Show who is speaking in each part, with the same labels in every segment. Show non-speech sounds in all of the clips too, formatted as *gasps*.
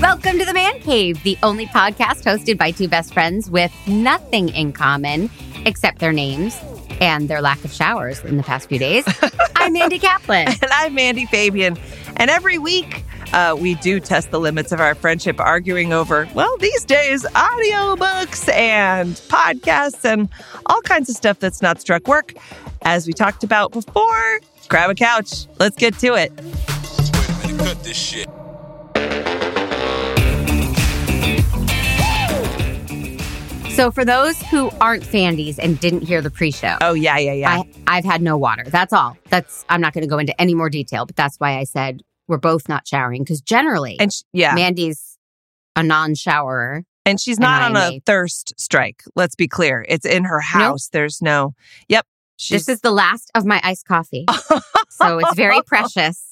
Speaker 1: Welcome to the Man Cave, the only podcast hosted by two best friends with nothing in common except their names and their lack of showers in the past few
Speaker 2: *laughs*
Speaker 1: days. I'm Andy Kaplan.
Speaker 2: And I'm Mandy Fabian. And every week, uh, we do test the limits of our friendship, arguing over, well, these days, audiobooks and podcasts and all kinds of stuff that's not struck work. As we talked about before, grab a couch. Let's get to it.
Speaker 3: Wait a minute, cut this shit.
Speaker 1: So, for those who aren't Fandies and didn't hear the pre-show,
Speaker 2: Oh, yeah, yeah, yeah.
Speaker 1: I, I've had no water. That's all. That's I'm not going to go into any more detail, but that's why I said we're both not showering because generally,
Speaker 2: and sh- yeah.
Speaker 1: Mandy's a non-showerer.
Speaker 2: And she's
Speaker 1: And
Speaker 2: not
Speaker 1: I
Speaker 2: on a
Speaker 1: may-
Speaker 2: thirst strike. Let's be clear. It's in her house. There's no, yep. She's,
Speaker 1: this is the last of my iced
Speaker 2: *laughs*
Speaker 1: coffee, so it's very precious,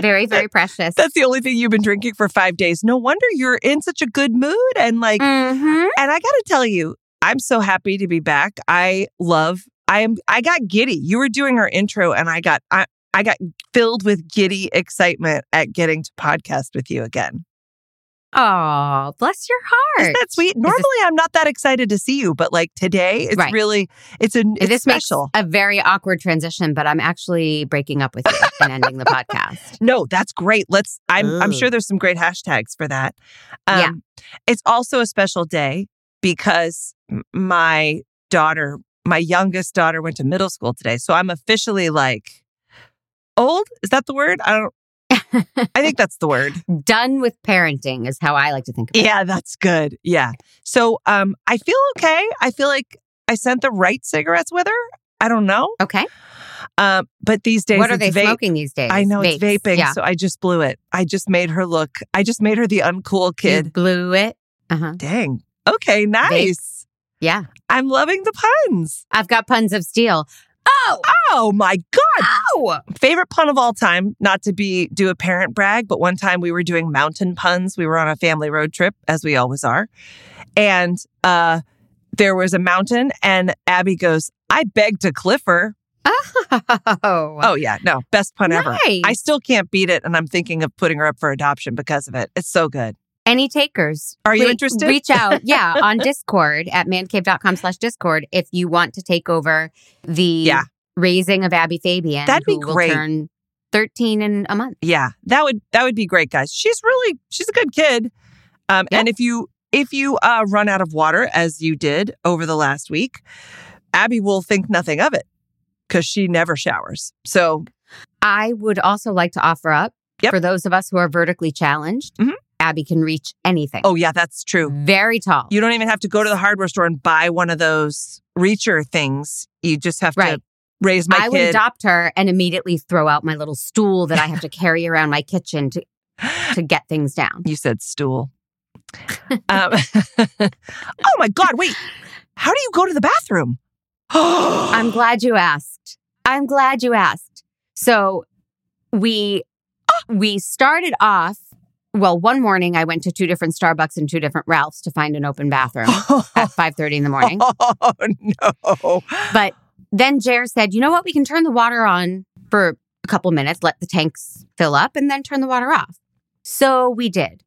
Speaker 1: very very precious.
Speaker 2: that's the only thing you've been drinking for five days. No wonder you're in such a good mood and like,
Speaker 1: hmm
Speaker 2: And I got to tell you, I'm so happy to be back. I love. I am. I got giddy. You were doing our intro, and I got. I, I got filled with giddy excitement at getting to podcast with you again.
Speaker 1: Oh, bless your
Speaker 2: Isn't
Speaker 1: heart.
Speaker 2: that sweet? Normally, I'm not that excited to see you, but like today, it's
Speaker 1: Right.
Speaker 2: really it's a it's
Speaker 1: this
Speaker 2: special.
Speaker 1: makes a very awkward transition, but I'm actually breaking up with you *laughs* and ending the podcast.
Speaker 2: no, that's great. Let's. I'm. I'm
Speaker 1: Ooh.
Speaker 2: sure there's some great hashtags for that. Um,
Speaker 1: Yeah.
Speaker 2: It's also a special day because m- my daughter, my youngest daughter, went to middle school today, so I'm officially like old. Is that the word? I
Speaker 1: *laughs*
Speaker 2: don't. I think that's the word.
Speaker 1: Done with parenting is how I like to think. About
Speaker 2: Yeah, that's good. Yeah. So, um, I feel okay. I feel like I sent the right cigarettes with her. I don't know.
Speaker 1: it. Okay,
Speaker 2: Um, but these days,
Speaker 1: what are
Speaker 2: it's
Speaker 1: they
Speaker 2: vape.
Speaker 1: smoking these days?
Speaker 2: I know it's
Speaker 1: Vapes.
Speaker 2: vaping,
Speaker 1: Yeah,
Speaker 2: so I just blew it. I just made her look. I just made her the uncool
Speaker 1: you
Speaker 2: kid.
Speaker 1: blew it. Uh huh.
Speaker 2: Dang. Okay, nice.
Speaker 1: Yeah.
Speaker 2: I'm loving the puns.
Speaker 1: I've got puns of steel. Oh,
Speaker 2: Oh my god.
Speaker 1: *laughs* oh,
Speaker 2: Favorite pun of all time, not to be do a parent brag, but one time we were doing mountain puns. We were on a family road trip as we always are. And uh there was a mountain and Abby goes, "I beg to Cliffer."
Speaker 1: oh,
Speaker 2: Oh yeah, no. Best pun ever.
Speaker 1: Nice.
Speaker 2: I still can't beat it and I'm thinking of putting her up for adoption because of it. It's so good.
Speaker 1: Any takers?
Speaker 2: Are you
Speaker 1: Please
Speaker 2: interested?
Speaker 1: Reach
Speaker 2: *laughs*
Speaker 1: out, yeah, on Discord at mancave.com slash Discord if you want to take over the
Speaker 2: Yeah.
Speaker 1: raising of Abby Fabian.
Speaker 2: That'd be
Speaker 1: who will
Speaker 2: great.
Speaker 1: turn 13 in a month.
Speaker 2: yeah that would that would be great guys she's really she's a good kid um
Speaker 1: Yeah.
Speaker 2: and if you if you uh run out of water as you did over the last week abby will think nothing of it because she never showers so
Speaker 1: I would also like to offer up
Speaker 2: Yep.
Speaker 1: for those of us who are vertically challenged,
Speaker 2: Mhm.
Speaker 1: Abby can reach anything.
Speaker 2: oh yeah that's true
Speaker 1: Very tall.
Speaker 2: you don't even have to go to the hardware store and buy one of those reacher things you just have
Speaker 1: Right.
Speaker 2: to raise my
Speaker 1: I would
Speaker 2: kid
Speaker 1: adopt her and immediately throw out my little stool that I have
Speaker 2: *laughs*
Speaker 1: to carry around my kitchen to, to get things down.
Speaker 2: you
Speaker 1: *laughs*
Speaker 2: said stool um, *laughs* oh my god wait how do you go to the bathroom *gasps*
Speaker 1: I'm glad you asked. I'm glad you asked. So we we started off well, one morning I went to two different Starbucks and two different Ralphs to find an open
Speaker 2: *laughs*
Speaker 1: bathroom at 5:30 in the *laughs* morning.
Speaker 2: Oh no!
Speaker 1: But then Jer said, "You know what? We can turn the water on for a couple minutes, let the tanks fill up and then turn the water off." So we did.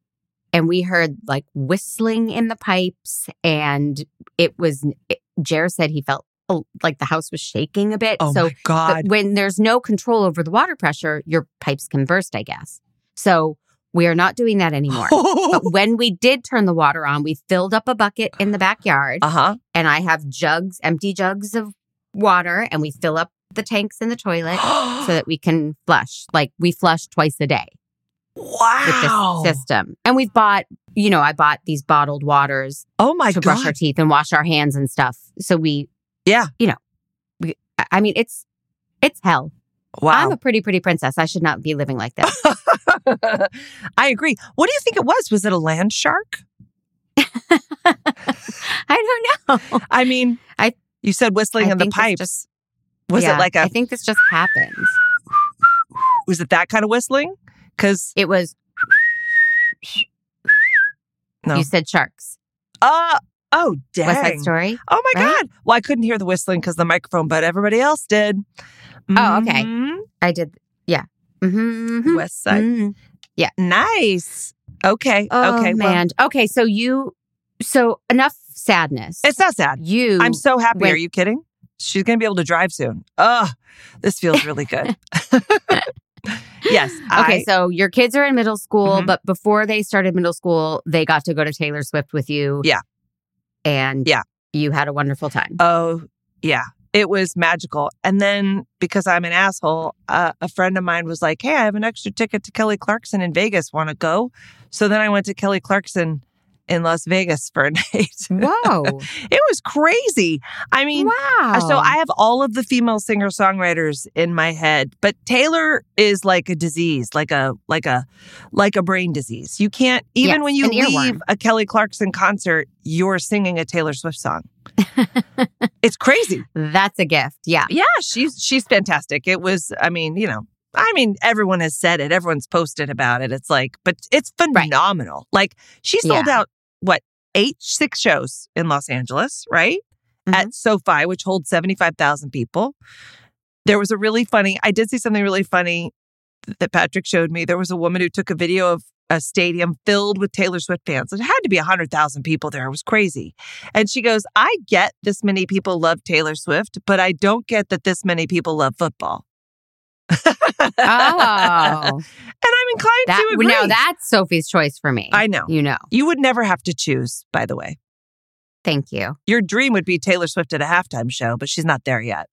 Speaker 1: And we heard like whistling in the pipes and it was it, Jer said he felt oh, like the house was shaking a bit.
Speaker 2: Oh
Speaker 1: so
Speaker 2: my god!
Speaker 1: but when there's no control over the water pressure, your pipes can burst, I guess. So we are not doing that
Speaker 2: *laughs*
Speaker 1: anymore. but when we did turn the water on, we filled up a bucket in the backyard
Speaker 2: uh huh.
Speaker 1: and I have jugs, empty jugs of water, and we fill up the tanks in the
Speaker 2: *gasps*
Speaker 1: toilet so that we can flush. Like we flush twice a day with this
Speaker 2: wow!
Speaker 1: system. And we've bought, you know, I bought these bottled waters
Speaker 2: oh my
Speaker 1: to brush our
Speaker 2: god!
Speaker 1: teeth and wash our hands and stuff. So we,
Speaker 2: Yeah.
Speaker 1: you know, we, I- I mean, it's, it's hell. I'm
Speaker 2: Wow!
Speaker 1: a pretty, pretty princess. I should not be living like this.
Speaker 2: *laughs* I agree. What do you think it was? Was it a land shark?
Speaker 1: I don't *laughs* know.
Speaker 2: *laughs* I mean,
Speaker 1: I-
Speaker 2: you said whistling
Speaker 1: I
Speaker 2: in the
Speaker 1: think it's
Speaker 2: pipes.
Speaker 1: just-
Speaker 2: was
Speaker 1: Yeah,
Speaker 2: it like
Speaker 1: I
Speaker 2: a?
Speaker 1: think this just happens.
Speaker 2: Was it that kind of whistling? Because
Speaker 1: It was.
Speaker 2: No.
Speaker 1: You said sharks.
Speaker 2: uh oh dang!
Speaker 1: West Side Story.
Speaker 2: Oh my
Speaker 1: right?
Speaker 2: god! Well, I couldn't hear the whistling because the microphone, but everybody else did.
Speaker 1: Oh, okay.
Speaker 2: Mhm.
Speaker 1: I did. Yeah. Mm-hmm.
Speaker 2: West Side. Nice. Okay.
Speaker 1: Oh,
Speaker 2: okay. Well,
Speaker 1: man. okay, so you, so enough sadness.
Speaker 2: it's not sad.
Speaker 1: you.
Speaker 2: I'm so happy.
Speaker 1: went-
Speaker 2: Are you kidding? She's going to be able to drive soon. Oh, this feels really good. yes.
Speaker 1: okay,
Speaker 2: I,
Speaker 1: so your kids are in middle school,
Speaker 2: Mhm.
Speaker 1: but before they started middle school, they got to go to Taylor Swift with you.
Speaker 2: Yeah.
Speaker 1: And
Speaker 2: Yeah.
Speaker 1: you had a wonderful time.
Speaker 2: Oh, *laughs* yeah. It was magical. And then because I'm an asshole, uh, a friend of mine was like, Hey, I have an extra ticket to Kelly Clarkson in Vegas. Want to go? So then I went to Kelly Clarkson in Las Vegas for a *laughs* night.
Speaker 1: Whoa.
Speaker 2: it was crazy. I mean,
Speaker 1: wow.
Speaker 2: uh, So I have all of the female singer songwriters in my head, but Taylor is like a disease, like a like a like a brain disease. You can't even
Speaker 1: Yes,
Speaker 2: when you
Speaker 1: an
Speaker 2: leave
Speaker 1: earworm.
Speaker 2: a Kelly Clarkson concert, you're singing a Taylor
Speaker 1: *laughs*
Speaker 2: Swift song. it's crazy.
Speaker 1: That's a gift. Yeah.
Speaker 2: Yeah, she's she's fantastic. It was, I mean, you know, I mean, everyone has said it. Everyone's posted about it. It's like, but it's phenomenal. Like she sold out what eight six shows in Los Angeles, right? At SoFi, which holds seventy five thousand people. There was a really funny. I did see something really funny that Patrick showed me. There was a woman who took a video of a stadium filled with Taylor Swift fans. It had to be 100,000 people there. It was crazy. And she goes, I get this many people love Taylor Swift, but I don't get that this many people love football.
Speaker 1: Oh.
Speaker 2: *laughs* And I'm inclined
Speaker 1: that,
Speaker 2: to agree.
Speaker 1: now that's Sophie's choice for me.
Speaker 2: I know.
Speaker 1: You know.
Speaker 2: You would never have to choose, by the way.
Speaker 1: Thank you.
Speaker 2: Your dream would be Taylor Swift at a halftime show, but she's not there yet.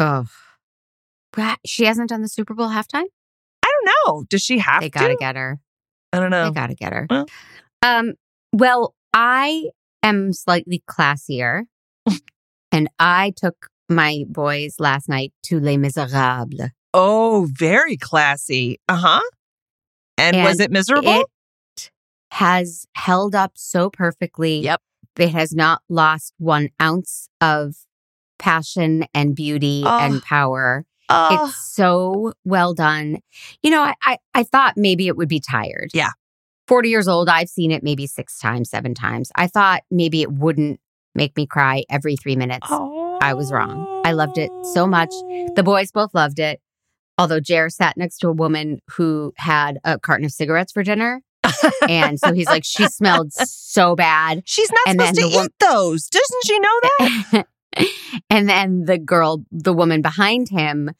Speaker 1: Oh. What? She hasn't done the Super Bowl halftime?
Speaker 2: I don't know. Does she have
Speaker 1: They
Speaker 2: to?
Speaker 1: got to get her.
Speaker 2: I don't know.
Speaker 1: They got to get her.
Speaker 2: Oh. Well.
Speaker 1: Um, well, I am slightly
Speaker 2: *laughs*
Speaker 1: classier, and I took my boys last night to Les Miserables.
Speaker 2: oh, very classy. Uh huh. And, was
Speaker 1: And
Speaker 2: it miserable?
Speaker 1: It has held up so perfectly.
Speaker 2: Yep.
Speaker 1: It has not lost one ounce of passion and beauty
Speaker 2: Oh.
Speaker 1: and power.
Speaker 2: Oh.
Speaker 1: It's so well done. You know, I, I I thought maybe it would be tired.
Speaker 2: Yeah.
Speaker 1: 40 years old, I've seen it maybe six times, seven times. I thought maybe it wouldn't make me cry every three minutes. I was wrong. I loved it so much.
Speaker 2: Oh.
Speaker 1: The boys both loved it. Although Jer sat next to a woman who had a carton of cigarettes for dinner. and so he's like, she smelled so bad. *laughs*
Speaker 2: She's not
Speaker 1: And
Speaker 2: supposed to
Speaker 1: then
Speaker 2: eat
Speaker 1: the wom-
Speaker 2: those. Doesn't she know that?
Speaker 1: and then the girl, the woman behind him,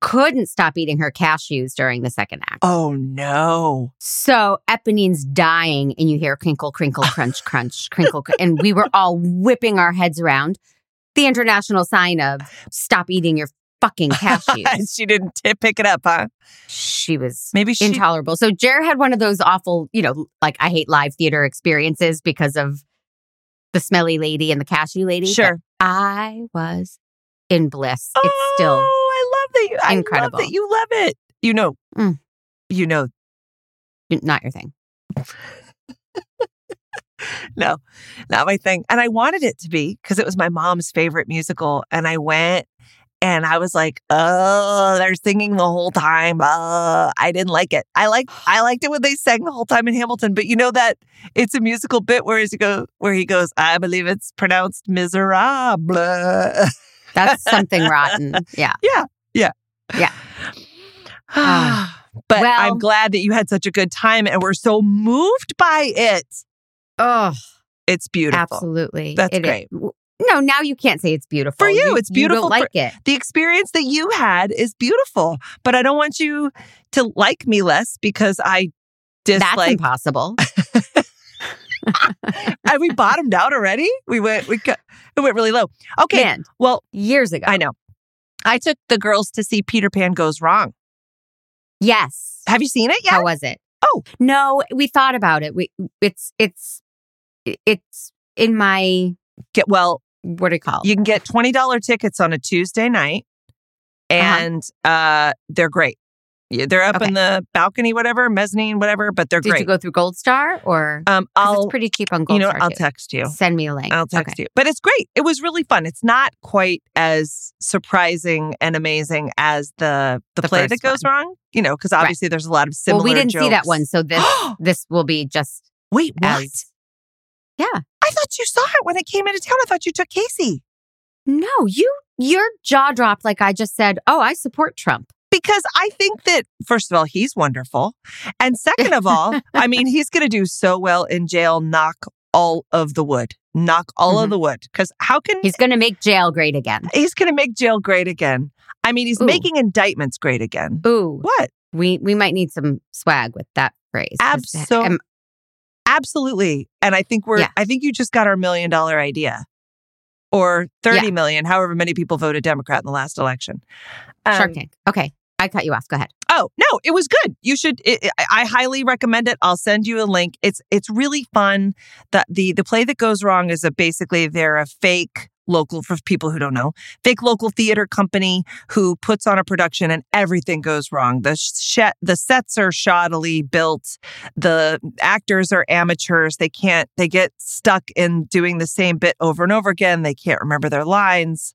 Speaker 1: couldn't stop eating her cashews during the second act.
Speaker 2: Oh no.
Speaker 1: So Eponine's dying, and you hear crinkle,
Speaker 2: *laughs*
Speaker 1: crinkle, crunch, crunch, crinkle, cr- and we were all whipping our heads around. The international sign of "Stop eating your
Speaker 2: *laughs*
Speaker 1: fucking cashews."
Speaker 2: she didn't t- pick it up, huh?
Speaker 1: she was
Speaker 2: Maybe she
Speaker 1: intolerable. So Jer had one of those awful, you know, like I hate live theater experiences because of the smelly lady and the cashew lady. but
Speaker 2: Sure.
Speaker 1: I was in bliss. It's still
Speaker 2: Oh, I love that you I love
Speaker 1: incredible.
Speaker 2: that you love it. You know.
Speaker 1: Mm.
Speaker 2: You know.
Speaker 1: not your thing.
Speaker 2: No. Not my thing. And I wanted it to be because it was my mom's favorite musical and I went and I was like, "Oh, they're singing the whole time." Oh, I didn't like it. I like I liked it when they sang the whole time in Hamilton, but you know that it's a musical bit where he go where he goes, "I believe it's pronounced miserable."
Speaker 1: That's something
Speaker 2: *laughs*
Speaker 1: rotten. Yeah.
Speaker 2: but
Speaker 1: Ah. Well-
Speaker 2: I'm glad that you had such a good time and we're so moved by it.
Speaker 1: Oh,
Speaker 2: It's beautiful.
Speaker 1: Absolutely.
Speaker 2: That's
Speaker 1: It is.
Speaker 2: great.
Speaker 1: W- No, now you can't say it's beautiful.
Speaker 2: For you, it's beautiful
Speaker 1: You
Speaker 2: for-
Speaker 1: don't like it.
Speaker 2: The experience that you had is beautiful, but I don't want you to like me less because I
Speaker 1: That's
Speaker 2: dislike.
Speaker 1: impossible.
Speaker 2: *laughs*
Speaker 1: *laughs*
Speaker 2: and we bottomed out already. We went we cut, it went really low. *laughs* Okay.
Speaker 1: Man,
Speaker 2: Well,
Speaker 1: years ago.
Speaker 2: I know. I took the girls to see Peter Pan Goes Wrong.
Speaker 1: Yes.
Speaker 2: Have you seen it yet?
Speaker 1: How was it?
Speaker 2: Oh.
Speaker 1: no, we thought about it. We it's it's it's in my
Speaker 2: Get well,
Speaker 1: what do you call?
Speaker 2: you can get $20 tickets on a Tuesday night
Speaker 1: Uh-huh.
Speaker 2: and uh they're great. Yeah, They're up in the balcony whatever, mezzanine whatever, but they're
Speaker 1: Did
Speaker 2: great.
Speaker 1: you go through Gold Star or? 'cause
Speaker 2: um I'll
Speaker 1: it's pretty cheap on Gold
Speaker 2: you know,
Speaker 1: Star.
Speaker 2: I'll
Speaker 1: too.
Speaker 2: text you.
Speaker 1: Send me a link.
Speaker 2: I'll text you. But it's great. It was really fun. It's not quite as surprising and amazing as the the,
Speaker 1: The
Speaker 2: play that
Speaker 1: first
Speaker 2: goes wrong. You know, because obviously there's a lot of
Speaker 1: Well,
Speaker 2: similar.
Speaker 1: we didn't see that
Speaker 2: jokes.
Speaker 1: one, so this
Speaker 2: *gasps*
Speaker 1: this will be just
Speaker 2: Wait, what?
Speaker 1: as Yeah.
Speaker 2: I thought you saw it when it came into town. I thought you took Casey.
Speaker 1: No, you your jaw dropped like I just said, "Oh, I support Trump."
Speaker 2: because I think that, first of all, he's wonderful. And second of all, I mean, he's going to do so well in jail. Knock all of the wood. Knock all of
Speaker 1: Mhm.
Speaker 2: the wood. Because how can
Speaker 1: He's going to make jail great again.
Speaker 2: he's going to make jail great again? I mean, he's
Speaker 1: Ooh.
Speaker 2: making indictments great again.
Speaker 1: Ooh,
Speaker 2: What?
Speaker 1: we we might need some swag with that phrase.
Speaker 2: Abso-
Speaker 1: Am-
Speaker 2: Absolutely. And I think we're,
Speaker 1: Yeah.
Speaker 2: I think you just got our million dollar idea or thirty
Speaker 1: Yeah.
Speaker 2: million, however many people voted Democrat in the last election. Um,
Speaker 1: Shark Tank. Okay, I cut you off. Go ahead.
Speaker 2: Oh no, it was good. You should. It, it- I I highly recommend it. I'll send you a link. It's it's really fun. The the the play that goes wrong is a basically they're a fake local for people who don't know fake local theater company who puts on a production and everything goes wrong the sh- the sets are shoddily built the actors are amateurs they can't they get stuck in doing the same bit over and over again they can't remember their lines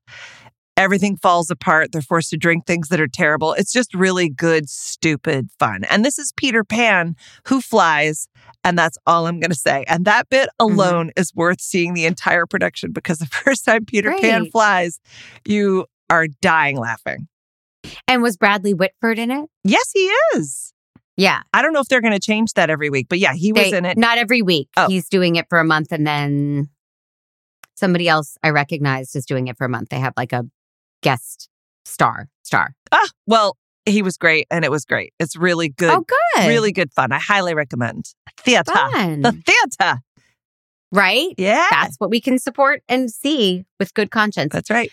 Speaker 2: everything falls apart they're forced to drink things that are terrible it's just really good stupid fun and this is peter pan who flies and that's all i'm going to say and that bit alone is worth seeing the entire production because the *laughs* first time peter pan
Speaker 1: Great.
Speaker 2: flies you are dying laughing
Speaker 1: And was Bradley Whitford in it?
Speaker 2: yes he is
Speaker 1: Yeah,
Speaker 2: i don't know if they're going to change that every week but yeah he was
Speaker 1: They-
Speaker 2: in it
Speaker 1: Not every week.
Speaker 2: Oh.
Speaker 1: He's doing it for a month, and then somebody else I recognized is doing it for a month. They have like a guest star star.
Speaker 2: Ah, well, he was great, and it was great. It's really good,
Speaker 1: Oh, good.
Speaker 2: really good fun. I highly recommend theater.
Speaker 1: fun,
Speaker 2: The theater,
Speaker 1: *laughs* right?
Speaker 2: yeah,
Speaker 1: That's what we can support and see with good conscience.
Speaker 2: that's right.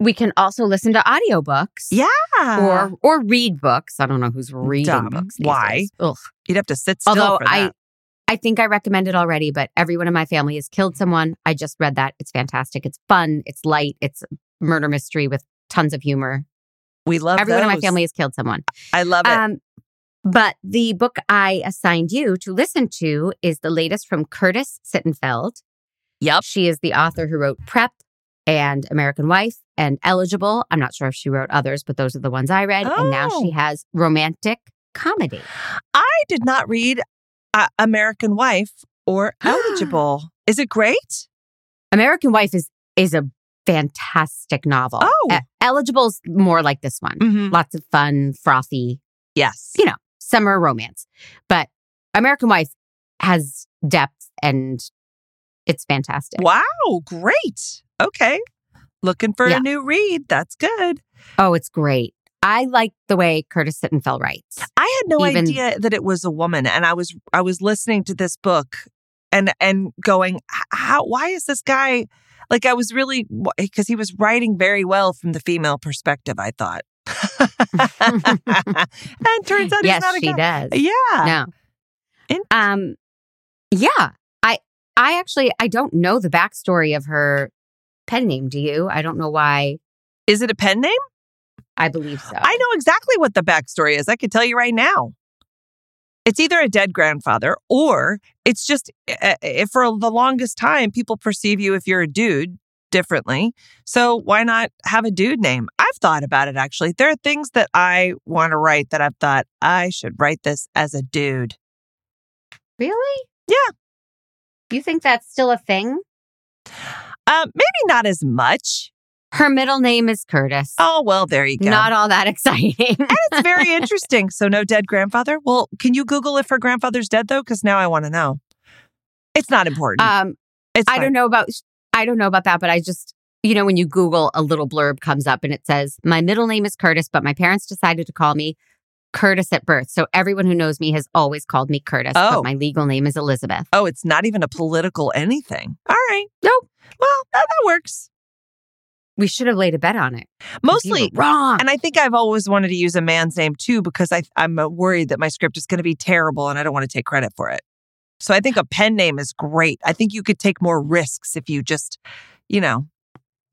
Speaker 1: we can also listen to audiobooks.
Speaker 2: Yeah.
Speaker 1: Or or read books. I don't know who's reading
Speaker 2: Dumb.
Speaker 1: books. these
Speaker 2: Why?
Speaker 1: days. Ugh.
Speaker 2: you'd have to sit still.
Speaker 1: Although
Speaker 2: for
Speaker 1: I
Speaker 2: that.
Speaker 1: I think I recommend it already, but everyone in my family has killed someone. I just read that. It's fantastic. It's fun. It's light. It's a murder mystery with tons of humor.
Speaker 2: we love
Speaker 1: everyone in my
Speaker 2: those.
Speaker 1: family has killed someone.
Speaker 2: I love it.
Speaker 1: Um, but the book I assigned you to listen to is the latest from Curtis Sittenfeld.
Speaker 2: Yep.
Speaker 1: She is the author who wrote Prep and American Wife and Eligible. I'm not sure if she wrote others, but those are the ones I read. And now
Speaker 2: Oh.
Speaker 1: she has romantic comedy.
Speaker 2: I did not read uh, American Wife
Speaker 1: *gasps*
Speaker 2: or Eligible. Is it great?
Speaker 1: American Wife is is a fantastic novel.
Speaker 2: Oh.
Speaker 1: E- Eligible's more like this one.
Speaker 2: Mm-hmm.
Speaker 1: Lots of fun, frothy,
Speaker 2: Yes.
Speaker 1: you know, summer romance. But American Wife has depth and it's fantastic.
Speaker 2: Wow, great. Okay, looking for
Speaker 1: Yeah.
Speaker 2: a new read. That's good.
Speaker 1: Oh, it's great. I like the way Curtis Sittenfeld writes.
Speaker 2: I had no
Speaker 1: Even-
Speaker 2: idea that it was a woman, and I was I was listening to this book, and and going, "H- how? Why is this guy? Like I was really because he was writing very well from the female perspective.
Speaker 1: *laughs*
Speaker 2: I thought, *laughs* and turns
Speaker 1: yes,
Speaker 2: out Oh, he's not a
Speaker 1: she
Speaker 2: guy.
Speaker 1: does.
Speaker 2: Yeah,
Speaker 1: No.
Speaker 2: In-
Speaker 1: Um yeah. I I actually I don't know the backstory of her pen name, do you? I don't know why
Speaker 2: is it a pen name?
Speaker 1: I believe so.
Speaker 2: I know exactly what the backstory is. I could tell you right now. It's either a dead grandfather or it's just uh, if for the longest time people perceive you if you're a dude differently. So why not have a dude name? I've thought about it actually. There are things that I want to write that I've thought I should write this as a dude.
Speaker 1: Really?
Speaker 2: Yeah.
Speaker 1: You think that's still a thing?
Speaker 2: Um, maybe not as much.
Speaker 1: Her middle name is Curtis.
Speaker 2: Oh well, there you go.
Speaker 1: Not all that *laughs*
Speaker 2: *laughs*
Speaker 1: exciting. *laughs*
Speaker 2: It's very interesting. So no dead grandfather. Well, can you Google if her grandfather's dead though? Because now I want to know. It's not important.
Speaker 1: um
Speaker 2: it's
Speaker 1: I
Speaker 2: fine.
Speaker 1: don't know about I don't know about that, but I just you know when you Google a little blurb comes up and it says my middle name is Curtis, but my parents decided to call me Curtis at birth. So everyone who knows me has always called me Curtis,
Speaker 2: Oh.
Speaker 1: but my legal name is Elizabeth.
Speaker 2: Oh, it's not even a political anything. All right.
Speaker 1: Nope.
Speaker 2: Well, that, that works.
Speaker 1: We should have laid a bet on it. 'cause you were
Speaker 2: Mostly.
Speaker 1: wrong.
Speaker 2: And I think I've always wanted to use a man's name too because I, I'm uh, worried that my script is going to be terrible and I don't want to take credit for it. So I think a pen name is great. I think you could take more risks if you just, you know,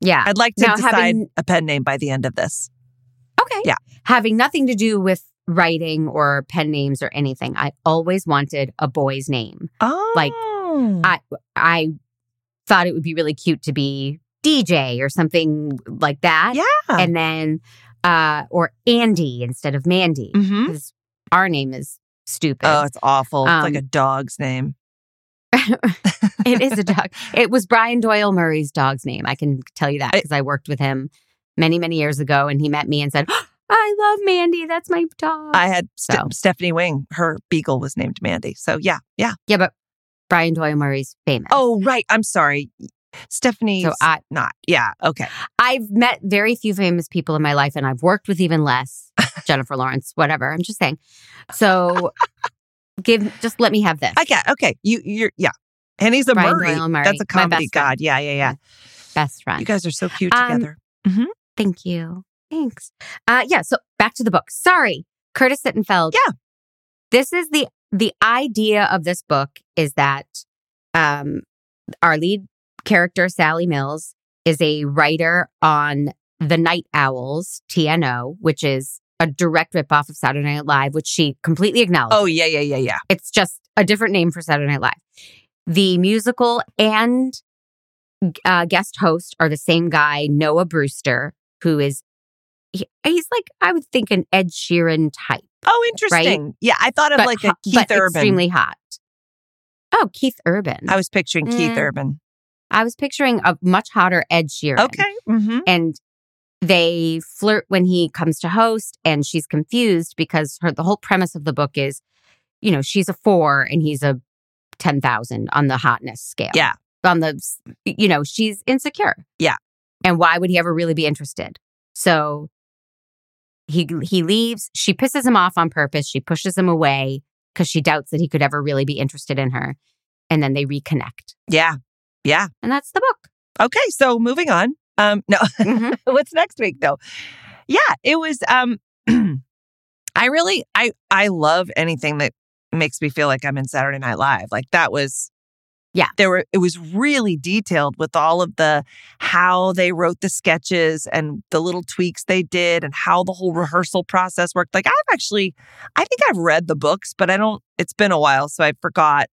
Speaker 1: yeah.
Speaker 2: I'd like to
Speaker 1: Now,
Speaker 2: decide
Speaker 1: having-
Speaker 2: a pen name by the end of this.
Speaker 1: Okay.
Speaker 2: Yeah.
Speaker 1: Having nothing to do with writing or pen names or anything, I always wanted a boy's name.
Speaker 2: Oh.
Speaker 1: Like, I thought it would be really cute to be DJ or something like that.
Speaker 2: Yeah.
Speaker 1: And then, uh, or Andy instead of Mandy.
Speaker 2: hmm
Speaker 1: Because our name is stupid.
Speaker 2: Oh, it's awful. it's like
Speaker 1: Um,
Speaker 2: a dog's name.
Speaker 1: *laughs* it is a
Speaker 2: *laughs*
Speaker 1: dog. It was Brian Doyle Murray's dog's name. I can tell you that because I worked with him many, many years ago and he met me and said, I love Mandy. That's my dog.
Speaker 2: I had Ste-
Speaker 1: So.
Speaker 2: Stephanie Wing. Her beagle was named Mandy. So yeah, yeah.
Speaker 1: yeah, but Brian Doyle Murray's famous.
Speaker 2: Oh right. I'm sorry. Stephanie's
Speaker 1: so I,
Speaker 2: not. Yeah. Okay.
Speaker 1: I've met very few famous people in my life, and I've worked with even less. Jennifer Lawrence, whatever. I'm just saying. So give, just let me have this.
Speaker 2: I get. Okay. You. You're. Yeah. And he's a
Speaker 1: Brian
Speaker 2: Murray.
Speaker 1: Doyle Murray,
Speaker 2: That's a
Speaker 1: my
Speaker 2: comedy
Speaker 1: best friend.
Speaker 2: god. Yeah. Yeah. Yeah.
Speaker 1: Best friend.
Speaker 2: You guys are so cute
Speaker 1: Um,
Speaker 2: together.
Speaker 1: Thank you. Thanks. Uh, yeah. So back to the book. Sorry, Curtis Sittenfeld.
Speaker 2: Yeah.
Speaker 1: This is the the idea of this book is that um, our lead character Sally Mills is a writer on the Night Owls TNO, which is a direct ripoff of Saturday Night Live, which she completely acknowledged.
Speaker 2: Oh yeah. Yeah. Yeah. Yeah.
Speaker 1: It's just a different name for Saturday Night Live. The musical and uh, guest host are the same guy, Noah Brewster, who is he- he's like I would think an Ed Sheeran type,
Speaker 2: Oh, interesting. Yeah. I thought of
Speaker 1: but
Speaker 2: like
Speaker 1: ho-
Speaker 2: a Keith
Speaker 1: but
Speaker 2: Urban.
Speaker 1: extremely hot. Oh, Keith Urban. I
Speaker 2: I
Speaker 1: was,
Speaker 2: was picturing Keith
Speaker 1: Mm.
Speaker 2: Urban.
Speaker 1: picturing a much hotter Ed Sheeran.
Speaker 2: Okay. Mm-hmm.
Speaker 1: and they flirt when he comes to host and she's confused because her the whole premise of the book is you know she's a 4 and he's a 10,000 on the hotness scale.
Speaker 2: Yeah.
Speaker 1: On the s- you know she's insecure.
Speaker 2: Yeah.
Speaker 1: And why would he ever really be interested? So he he leaves, she pisses him off on purpose, she pushes him away cuz she doubts that he could ever really be interested in her and then they reconnect.
Speaker 2: Yeah. Yeah.
Speaker 1: And that's the book.
Speaker 2: *laughs* Okay. So moving on. Um. No. *laughs*
Speaker 1: Mhm.
Speaker 2: what's next week though yeah it was um *clears throat* i really i i love anything that makes me feel like i'm in saturday night live like that was
Speaker 1: Yeah.
Speaker 2: there were it was really detailed with all of the how they wrote the sketches and the little tweaks they did and how the whole rehearsal process worked like i've actually i think i've read the books but i don't it's been a while so i forgot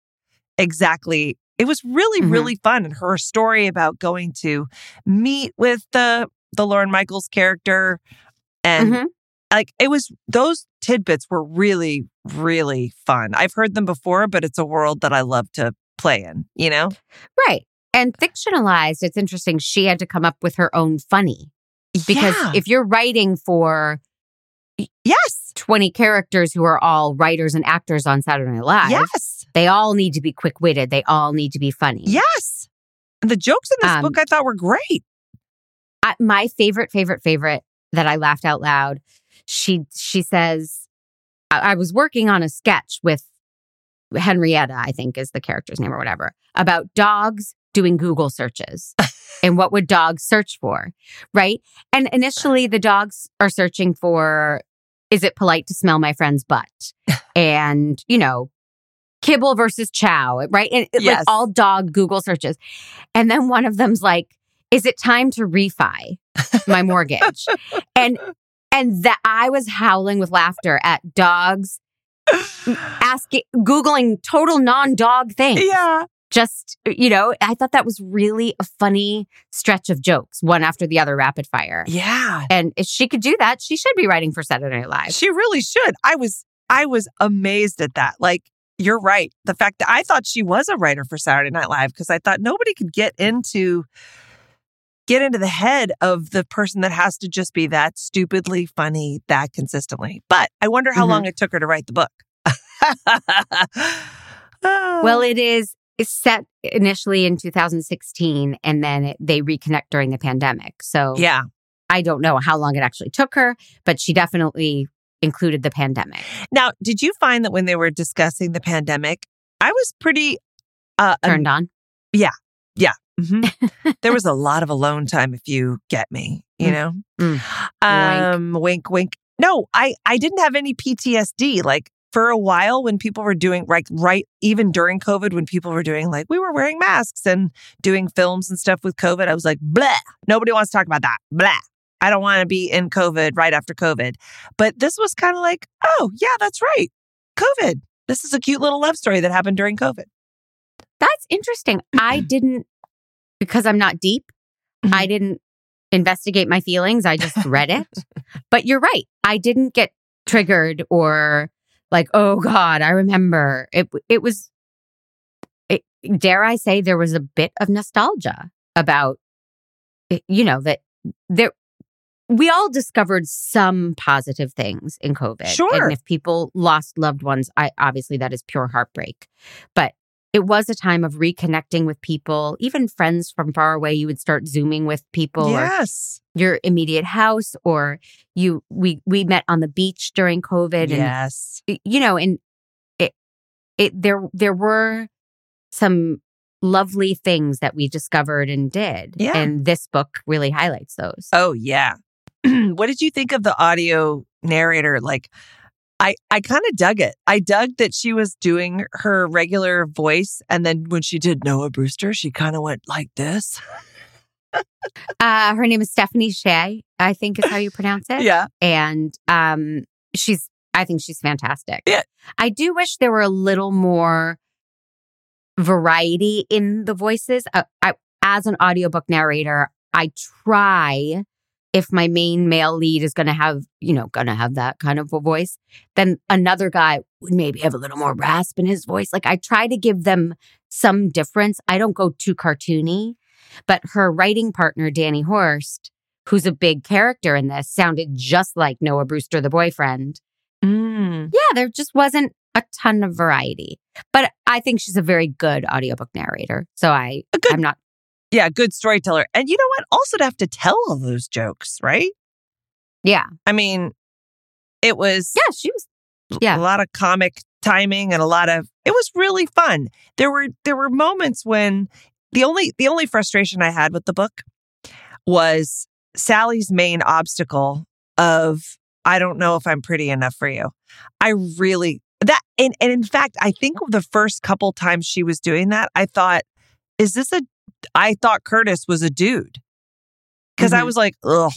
Speaker 2: exactly it was really
Speaker 1: Mhm.
Speaker 2: really fun and her story about going to meet with the the Lauren Michaels character. And
Speaker 1: Mhm.
Speaker 2: like it was those tidbits were really, really fun. I've heard them before, but it's a world that I love to play in, you know?
Speaker 1: Right. And fictionalized, it's interesting. She had to come up with her own funny because
Speaker 2: Yeah.
Speaker 1: if you're writing for
Speaker 2: yes.
Speaker 1: 20 characters who are all writers and actors on Saturday Night Live,
Speaker 2: Yes.
Speaker 1: they all need to be quick witted. They all need to be funny.
Speaker 2: Yes. And the jokes in this
Speaker 1: Um,
Speaker 2: book I thought were great.
Speaker 1: I, my favorite, favorite, favorite that I laughed out loud. She she says, I, I was working on a sketch with Henrietta, I think is the character's name or whatever, about dogs doing Google searches and what would dogs search for, right? And initially, the dogs are searching for, is it polite to smell my friend's butt? And you know. Kibble versus chow, right? And it-
Speaker 2: Yes.
Speaker 1: like all dog Google searches. And then one of them's like, is it time to refi my mortgage and and that i was howling with laughter at dogs asking googling total non-dog things
Speaker 2: *laughs* Yeah.
Speaker 1: just you know i thought that was really a funny stretch of jokes one after the other rapid fire
Speaker 2: Yeah.
Speaker 1: and if she could do that she should be writing for saturday night live
Speaker 2: She really should. I was I was amazed at that. Like you're right. The fact that I thought she was a writer for Saturday Night Live because I thought nobody could get into get into the head of the person that has to just be that stupidly funny that consistently. But I wonder how
Speaker 1: Mhm.
Speaker 2: long it took her to write the book.
Speaker 1: well it is it's set initially in 2016 and then it, they reconnect during the pandemic so
Speaker 2: *laughs* yeah.
Speaker 1: I don't know how long it actually took her, but she definitely included the pandemic.
Speaker 2: Now, did you find that when they were discussing the pandemic, I was pretty uh,
Speaker 1: Turned on.
Speaker 2: Mhm. there was a lot of alone time if you get me, you
Speaker 1: Mm.
Speaker 2: know?
Speaker 1: Mm.
Speaker 2: Um, wink. wink, No, I, I didn't have any PTSD. Like for a while when people were doing like right even during COVID when people were doing like we were wearing masks and doing films and stuff with COVID, I was like, bleh, nobody wants to talk about that. Bleh. I don't want to be in COVID right after COVID. But this was kind of like, oh yeah, that's right. COVID. This is a cute little love story that happened during COVID.
Speaker 1: That's interesting. I didn't, because I'm not deep,
Speaker 2: Mhm.
Speaker 1: I didn't investigate my feelings. I just read it. but you're right. I didn't get triggered or like, oh God, I remember. It, it was, it, dare I say, there was a bit of nostalgia about, you know, that there, we all discovered some positive things in COVID.
Speaker 2: Sure.
Speaker 1: And if people lost loved ones, I obviously that is pure heartbreak. But it was a time of reconnecting with people, even friends from far away. You would start zooming with people or
Speaker 2: Yes.
Speaker 1: your immediate house, or you we we met on the beach during COVID,
Speaker 2: Yes.
Speaker 1: and you know, and it it there there were some lovely things that we discovered and did,
Speaker 2: Yeah.
Speaker 1: and this book really highlights those.
Speaker 2: Oh yeah. *clears throat* what did you think of the audio narrator? Like I I kind of dug it. I dug that she was doing her regular voice and then when she did Noah Brewster, she kind of went like this. *laughs*
Speaker 1: Uh, her name is Stephanie Shea, I think is how
Speaker 2: *laughs*
Speaker 1: you pronounce it.
Speaker 2: Yeah.
Speaker 1: And um, she's, I think she's fantastic.
Speaker 2: Yeah.
Speaker 1: I do wish there were a little more variety in the voices. Uh, I, as an audiobook narrator, I try if my main male lead is going to have, you know, going to have that kind of a voice, then another guy would maybe have a little more rasp in his voice. Like I try to give them some difference. I don't go too cartoony, but her writing partner, Danny Horst, who's a big character in this, sounded just like Noah Brewster, the boyfriend.
Speaker 2: Mm.
Speaker 1: Yeah, there just wasn't a ton of variety, but I think she's a very good audiobook narrator. So I,
Speaker 2: A good
Speaker 1: I'm not,
Speaker 2: yeah, good storyteller. And you know what? Also to have to tell all those jokes, right?
Speaker 1: yeah,
Speaker 2: I mean, it was
Speaker 1: yeah, she was, yeah.
Speaker 2: a lot of comic timing and a lot of it was really fun there were there were moments when the only the only frustration i had with the book was sally's main obstacle of i don't know if i'm pretty enough for you i really that and, and in fact i think the first couple times she was doing that i thought is this a i thought curtis was a dude because i
Speaker 1: Mhm.
Speaker 2: was like ugh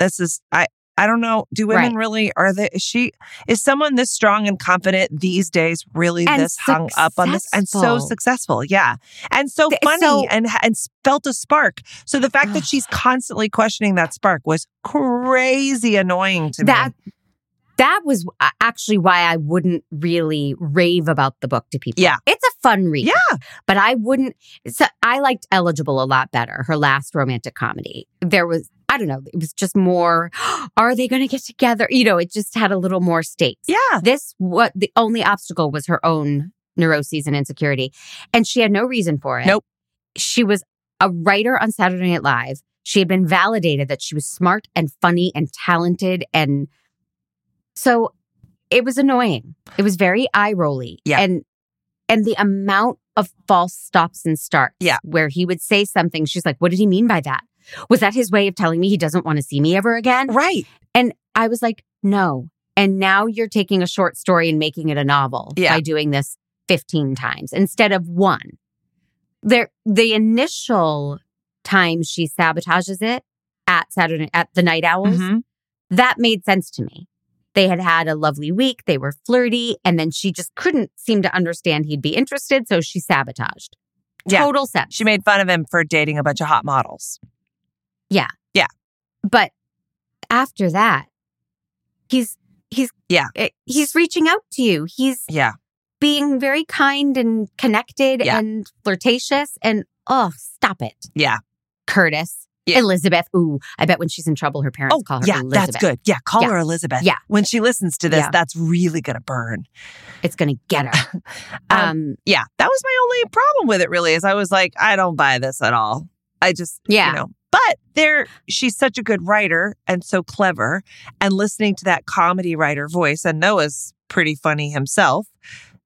Speaker 2: this is i i don't know do women
Speaker 1: Right.
Speaker 2: really are they is she is someone this strong and confident these days really
Speaker 1: And
Speaker 2: this hung up on this and so
Speaker 1: successful.
Speaker 2: successful? Yeah, and so
Speaker 1: Th-
Speaker 2: funny
Speaker 1: so- Ah.
Speaker 2: and and felt a spark. So the fact that
Speaker 1: Ugh.
Speaker 2: she's constantly questioning that spark was crazy annoying to
Speaker 1: that
Speaker 2: me.
Speaker 1: that was uh, actually why I wouldn't really rave about the book to people.
Speaker 2: Yeah.
Speaker 1: It's a fun read.
Speaker 2: Yeah,
Speaker 1: but I wouldn't. So I liked Eligible a lot better. Her last romantic comedy. There was, I don't know, it was just more. *gasps* Are they going to get together? You know, it just had a little more stakes.
Speaker 2: yeah,
Speaker 1: This what the only obstacle was her own neuroses and insecurity, and she had no reason for it.
Speaker 2: Nope.
Speaker 1: She was a writer on Saturday Night Live. She had been validated that she was smart and funny and talented, and so it was annoying. It was very eye rolly.
Speaker 2: Yeah.
Speaker 1: and and the amount of false stops and starts.
Speaker 2: Yeah.
Speaker 1: where he would say something, she's like, "What did he mean by that? Was that his way of telling me he doesn't want to see me ever again?"
Speaker 2: right.
Speaker 1: And I was like, no. And now you're taking a short story and making it a novel
Speaker 2: Yeah.
Speaker 1: by doing this 15 times instead of one. There, the initial time she sabotages it at Saturday at the Night Owls,
Speaker 2: Mhm.
Speaker 1: that made sense to me. They had had a lovely week, they were flirty, and then she just couldn't seem to understand he'd be interested, so she sabotaged.
Speaker 2: Yeah.
Speaker 1: Total sense.
Speaker 2: She made fun of him for dating a bunch of hot models.
Speaker 1: but after that he's he's
Speaker 2: Yeah.
Speaker 1: eh, he's reaching out to you he's
Speaker 2: Yeah,
Speaker 1: being very kind and connected
Speaker 2: Yeah.
Speaker 1: and flirtatious and oh stop it
Speaker 2: yeah.
Speaker 1: curtis
Speaker 2: Yeah.
Speaker 1: elizabeth ooh i bet when she's in trouble her parents
Speaker 2: Oh,
Speaker 1: call her
Speaker 2: yeah.
Speaker 1: elizabeth
Speaker 2: That's good. Yeah, call
Speaker 1: Yeah.
Speaker 2: her Elizabeth.
Speaker 1: Yeah.
Speaker 2: when she listens to this,
Speaker 1: Yeah.
Speaker 2: that's really gonna burn.
Speaker 1: it's gonna get her
Speaker 2: *laughs* Um,
Speaker 1: um
Speaker 2: yeah, that was my only problem with it really is I was like, I don't buy this at all. I just
Speaker 1: Yeah.
Speaker 2: you know. But there she's such a good writer and so clever and listening to that comedy writer voice and Noah's pretty funny himself.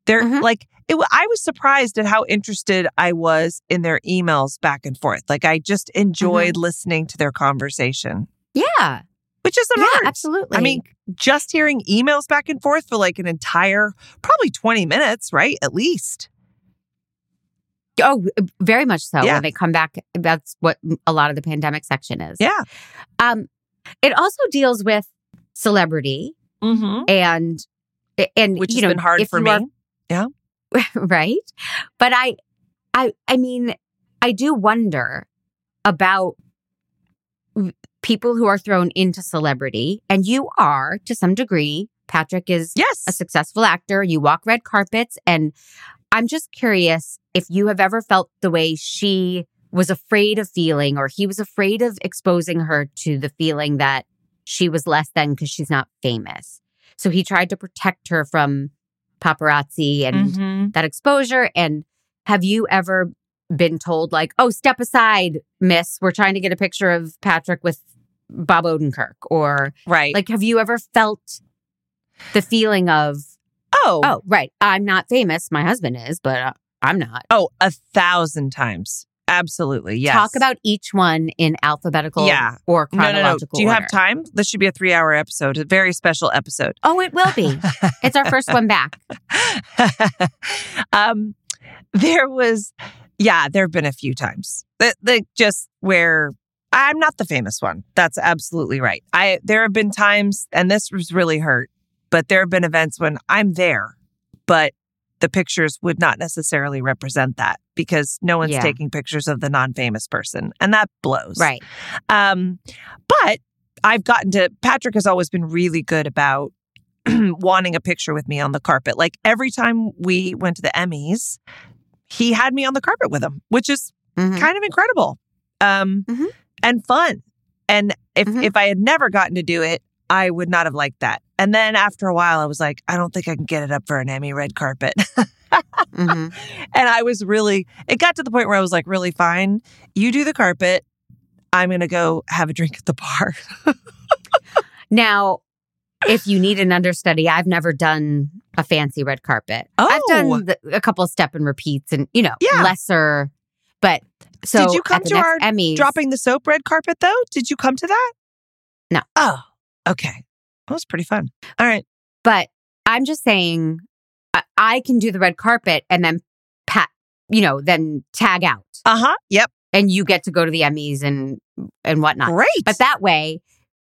Speaker 2: They're
Speaker 1: Mhm.
Speaker 2: like it, wa- I was surprised at how interested I was in their emails back and forth. Like I just
Speaker 1: Mm-hmm.
Speaker 2: enjoyed listening to their conversation,
Speaker 1: yeah
Speaker 2: which isn't
Speaker 1: yeah
Speaker 2: hard.
Speaker 1: absolutely
Speaker 2: I mean, just hearing emails back and forth for like an entire, probably 20 minutes, right? At least.
Speaker 1: oh very much so
Speaker 2: Yeah.
Speaker 1: when they come back that's what a lot of the pandemic section is
Speaker 2: Yeah.
Speaker 1: um it also deals with celebrity
Speaker 2: Mm-hmm.
Speaker 1: and and
Speaker 2: which
Speaker 1: you
Speaker 2: has
Speaker 1: know,
Speaker 2: been hard
Speaker 1: if
Speaker 2: for
Speaker 1: you
Speaker 2: me.
Speaker 1: are- *laughs* right? But I, I, I mean, I do wonder about people who are thrown into celebrity, and you are to some degree. Patrick is
Speaker 2: yes.
Speaker 1: a successful actor. You walk red carpets, and I'm just curious if you have ever felt the way she was afraid of feeling, or he was afraid of exposing her to the feeling that she was less than because she's not famous. So he tried to protect her from paparazzi and
Speaker 2: Mhm.
Speaker 1: that exposure. And have you ever been told, like, oh, step aside, miss? We're trying to get a picture of Patrick with Bob Odenkirk. Or
Speaker 2: Right.
Speaker 1: like, have you ever felt the feeling of,
Speaker 2: oh, oh,
Speaker 1: oh, right, I'm not famous. My husband is, but uh, I'm not.
Speaker 2: Oh, a thousand times. Absolutely. Yes.
Speaker 1: Talk about each one in alphabetical
Speaker 2: Yeah.
Speaker 1: or
Speaker 2: No, no,
Speaker 1: chronological
Speaker 2: no. Do you
Speaker 1: order.
Speaker 2: have time? This should be a three hour episode, a very special episode. *laughs*
Speaker 1: Oh, it will be. it's our first one back.
Speaker 2: um, there was, yeah, there have been a few times that like just where I'm not the famous one. That's absolutely right. I there have been times, and this was really hurt, but there have been events when I'm there, but the pictures would not necessarily represent that because no one's
Speaker 1: Yeah.
Speaker 2: taking pictures of the non-famous person, and that blows.
Speaker 1: Right.
Speaker 2: Um, but I've gotten to Patrick has always been really good about *clears throat* wanting a picture with me on the carpet. Like every time we went to the Emmys, he had me on the carpet with him, which is
Speaker 1: Mhm.
Speaker 2: kind of incredible um,
Speaker 1: Mhm.
Speaker 2: and fun. And if
Speaker 1: Mhm.
Speaker 2: if I had never gotten to do it, I would not have liked that. And then after a while, I was like, I don't think I can get it up for an Emmy red carpet. *laughs*
Speaker 1: Mhm.
Speaker 2: And I was really, it got to the point where I was like, really fine. You do the carpet. I'm going to go have a drink at the bar.
Speaker 1: Now, if you need an understudy, I've never done a fancy red carpet. I've
Speaker 2: Oh.
Speaker 1: done the, a couple of step and repeats and, you know,
Speaker 2: Yeah.
Speaker 1: lesser. But so
Speaker 2: Did you come
Speaker 1: at the
Speaker 2: to
Speaker 1: next
Speaker 2: our
Speaker 1: Emmys,
Speaker 2: Dropping the soap red carpet, though, did you come to that?
Speaker 1: No.
Speaker 2: Oh, okay. That was pretty fun. All right.
Speaker 1: But I'm just saying, I, I can do the red carpet and then pat, you know, then tag out.
Speaker 2: Uh huh. Yep.
Speaker 1: And you get to go to the Emmys and and whatnot.
Speaker 2: Great.
Speaker 1: But that way,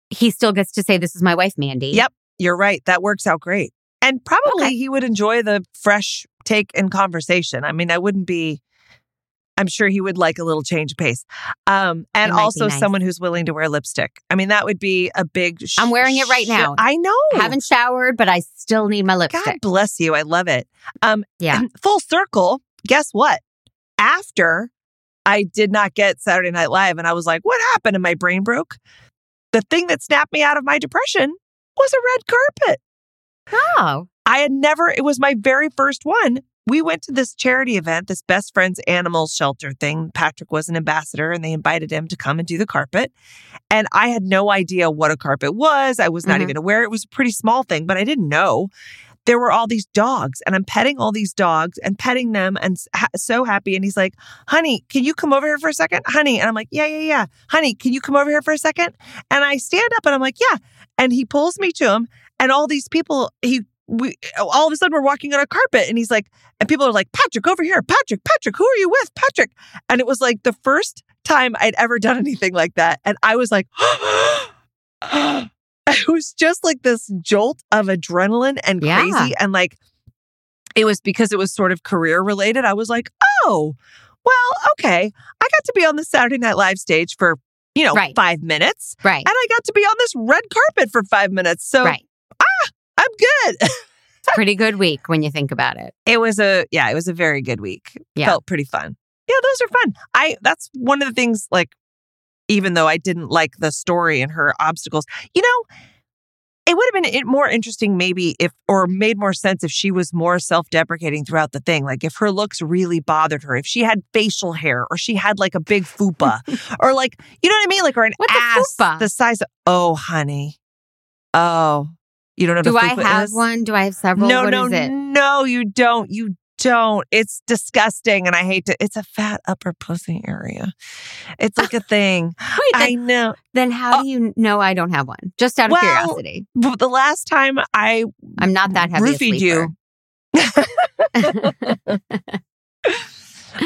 Speaker 1: he still gets to say, "This is my wife, Mandy."
Speaker 2: Yep. You're right. That works out great. And probably
Speaker 1: Okay.
Speaker 2: he would enjoy the fresh take and conversation. I mean, I wouldn't be. I'm sure he would like a little change of pace, um, and
Speaker 1: It might be
Speaker 2: also
Speaker 1: nice.
Speaker 2: someone who's willing to wear lipstick. I mean, that would be a big. Sh-
Speaker 1: I'm wearing it right
Speaker 2: sh-
Speaker 1: now.
Speaker 2: I know.
Speaker 1: Haven't showered, but I still need my lipstick.
Speaker 2: God bless you. I love it. Um,
Speaker 1: Yeah.
Speaker 2: and full circle. Guess what? After I did not get Saturday Night Live, and I was like, "What happened?" and my brain broke. The thing that snapped me out of my depression was a red carpet.
Speaker 1: Oh,
Speaker 2: I had never, it was my very first one. We went to this charity event, this best friends animal shelter thing. Patrick was an ambassador and they invited him to come and do the carpet. And I had no idea what a carpet was. I was not
Speaker 1: Mhm.
Speaker 2: even aware. It was a pretty small thing, but I didn't know. There were all these dogs and I'm petting all these dogs and petting them and s- ha- so happy. And he's like, honey, can you come over here for a second? Honey. And I'm like, yeah, yeah, yeah. Honey, can you come over here for a second? And I stand up and I'm like, yeah. And he pulls me to him and all these people, he we all of a sudden we're walking on a carpet and he's like and people are like patrick over here patrick patrick who are you with patrick and it was like the first time i'd ever done *laughs* anything like that and i was like *gasps* it was just like this jolt of adrenaline and
Speaker 1: Yeah.
Speaker 2: crazy and like it was because it was sort of career related i was like oh well okay i got to be on the saturday night live stage for you know
Speaker 1: Right.
Speaker 2: five minutes
Speaker 1: right,
Speaker 2: and i got to be on this red carpet for five minutes so
Speaker 1: right.
Speaker 2: i'm good
Speaker 1: It's a pretty good week when you think about it.
Speaker 2: it was a yeah it was a very good week
Speaker 1: Yeah.
Speaker 2: felt pretty fun yeah those are fun i that's one of the things like even though i didn't like the story and her obstacles you know it would have been it- more interesting maybe if or made more sense if she was more self-deprecating throughout the thing like if her looks really bothered her if she had facial hair or she had like a big
Speaker 1: *laughs*
Speaker 2: fupa or like you know what i mean like or an
Speaker 1: What's a
Speaker 2: ass
Speaker 1: fupa?
Speaker 2: the size of oh honey oh you don't know
Speaker 1: Do
Speaker 2: what a
Speaker 1: I
Speaker 2: fupa
Speaker 1: have
Speaker 2: is?
Speaker 1: one? Do I have several?
Speaker 2: No,
Speaker 1: What
Speaker 2: no,
Speaker 1: is it?
Speaker 2: no, you don't. You don't. It's disgusting. And I hate to, it's a fat upper pussy area. It's
Speaker 1: Ah,
Speaker 2: like a thing.
Speaker 1: Wait, then,
Speaker 2: I know.
Speaker 1: then how
Speaker 2: Oh.
Speaker 1: do you know I don't have one? Just out of
Speaker 2: Well,
Speaker 1: curiosity.
Speaker 2: But the last time I
Speaker 1: I'm not that heavy. a
Speaker 2: roofied you,
Speaker 1: sleeper.
Speaker 2: *laughs*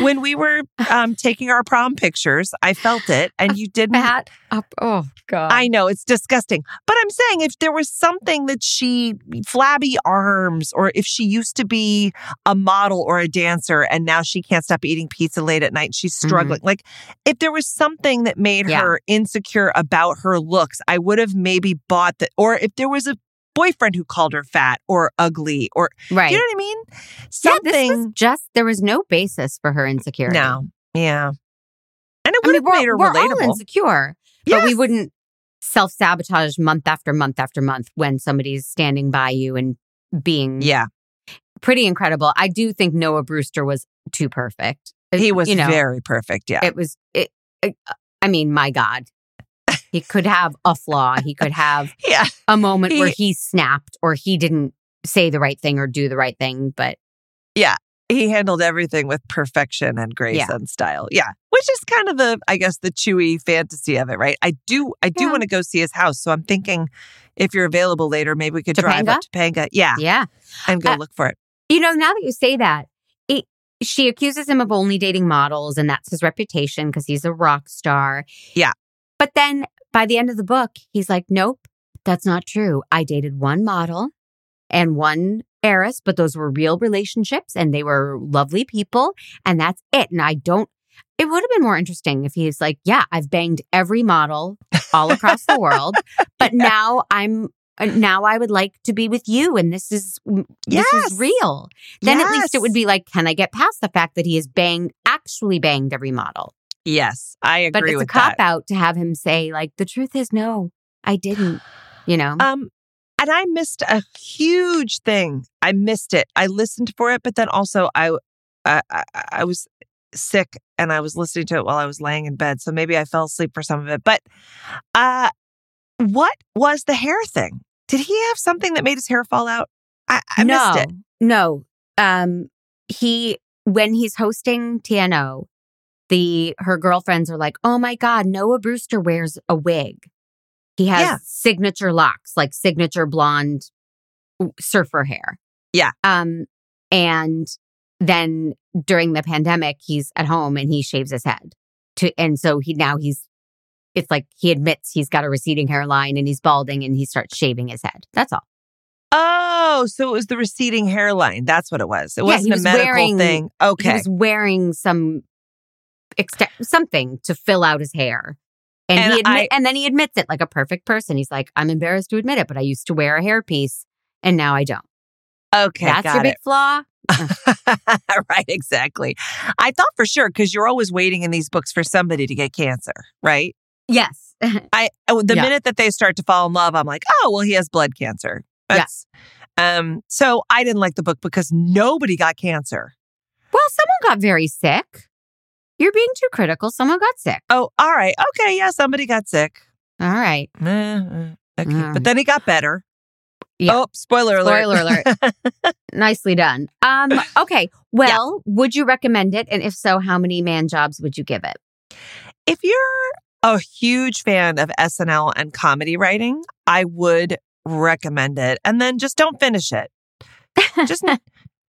Speaker 2: when we were um, taking our prom pictures, I felt it
Speaker 1: *laughs*
Speaker 2: and you didn't.
Speaker 1: Fat up. Oh God.
Speaker 2: I know it's disgusting. But I'm saying if there was something that she flabby arms or if she used to be a model or a dancer and now she can't stop eating pizza late at night and she's struggling. Like if there was something that made
Speaker 1: Mm-hmm. Yeah.
Speaker 2: her insecure about her looks, I would have maybe bought that or if there was a boyfriend who called her fat or ugly or
Speaker 1: right.
Speaker 2: you know what I mean?
Speaker 1: Yeah, this was
Speaker 2: Something
Speaker 1: just there was no basis for her insecurity.
Speaker 2: No. Yeah. And it
Speaker 1: I
Speaker 2: would
Speaker 1: mean,
Speaker 2: have
Speaker 1: we're,
Speaker 2: made her
Speaker 1: we're all
Speaker 2: relatable.
Speaker 1: insecure, but
Speaker 2: Yes.
Speaker 1: we wouldn't self sabotage month after month after month when somebody's standing by you and being
Speaker 2: Yeah.
Speaker 1: pretty incredible. I do think Noah Brewster was too perfect.
Speaker 2: He was
Speaker 1: you know,
Speaker 2: very perfect. Yeah.
Speaker 1: It was, it, I I mean, my God. He could have a flaw. He could have
Speaker 2: *laughs* yeah.
Speaker 1: a moment where
Speaker 2: He-
Speaker 1: he snapped or he didn't say the right thing or do the right thing. But
Speaker 2: He handled everything with perfection and grace
Speaker 1: Yeah.
Speaker 2: and style. Yeah. Which is kind of the I guess the chewy fantasy of it, right? I do I do
Speaker 1: Yeah.
Speaker 2: want to go see his house. So I'm thinking if you're available later, maybe we could drive up to Panga. Yeah.
Speaker 1: yeah.
Speaker 2: And go
Speaker 1: Uh,
Speaker 2: look for it.
Speaker 1: You know, now that you say that, it, she accuses him of only dating models, and that's his reputation because he's a rock star.
Speaker 2: Yeah.
Speaker 1: But then by the end of the book, he's like, nope, that's not true. I dated one model and one heiress, but those were real relationships and they were lovely people, and that's it. And I don't, it would have been more interesting if he's like, yeah, I've banged every model all across the
Speaker 2: *laughs*
Speaker 1: world, but now I'm. uh, Now I would like to be with you, and this is mm,
Speaker 2: Yes.
Speaker 1: this is real. Then at least it would
Speaker 2: Yes.
Speaker 1: be like, can I get past the fact that he has banged, actually banged every model?
Speaker 2: Yes. I agree
Speaker 1: But it's
Speaker 2: with
Speaker 1: a cop
Speaker 2: that.
Speaker 1: out to have him say, like, the truth is no, I didn't. You know?
Speaker 2: Um, and I missed a huge thing. I missed it. I listened for it, but then also I, I, I, I was sick and I was listening to it while I was laying in bed. So maybe I fell asleep for some of it. But uh, what was the hair thing? Did he have something that made his hair fall out? I, I
Speaker 1: no,
Speaker 2: missed it.
Speaker 1: no. Um, he when he's hosting TNO, the her girlfriends are like, oh my god, Noah Brewster wears a wig. He has
Speaker 2: Yeah.
Speaker 1: signature locks, like signature blonde surfer hair.
Speaker 2: Yeah.
Speaker 1: Um, and then during the pandemic, he's at home and he shaves his head. To and so he now he's. It's like he admits he's got a receding hairline and he's balding and he starts shaving his head. That's all.
Speaker 2: Oh, so it was the receding hairline. That's what it was. It
Speaker 1: Yeah, he
Speaker 2: wasn't
Speaker 1: was
Speaker 2: a medical
Speaker 1: wearing-
Speaker 2: thing.
Speaker 1: he
Speaker 2: Okay.
Speaker 1: was wearing some exte- something to fill out his hair. And,
Speaker 2: And
Speaker 1: he admit-
Speaker 2: I-
Speaker 1: and then he admits it like a perfect person. He's like, I'm embarrassed to admit it, but I used to wear a hairpiece and now I don't.
Speaker 2: okay.
Speaker 1: That's
Speaker 2: got
Speaker 1: your
Speaker 2: it.
Speaker 1: big flaw.
Speaker 2: *laughs* right, exactly. I thought for sure because you're always waiting in these books for somebody to get cancer, right?
Speaker 1: Yes.
Speaker 2: *laughs* I oh, the
Speaker 1: Yeah.
Speaker 2: minute that they start to fall in love, I'm like, oh well, he has blood cancer.
Speaker 1: Yeah.
Speaker 2: That's, Um. So I didn't like the book because nobody got cancer.
Speaker 1: well, someone got very sick. You're being too critical. Someone got sick.
Speaker 2: Oh, all right, okay, yeah, somebody got sick.
Speaker 1: All right.
Speaker 2: Eh, eh, okay,
Speaker 1: Mm.
Speaker 2: but then he got better.
Speaker 1: Yeah.
Speaker 2: Oh, spoiler alert!
Speaker 1: Spoiler alert.
Speaker 2: *laughs*
Speaker 1: Nicely done. Um, okay. Well, would you recommend it? And if so, how many man jobs would you give it?
Speaker 2: if you're a huge fan of SNL and comedy writing, I would recommend it. And then just don't finish it.
Speaker 1: *laughs*
Speaker 2: Just You know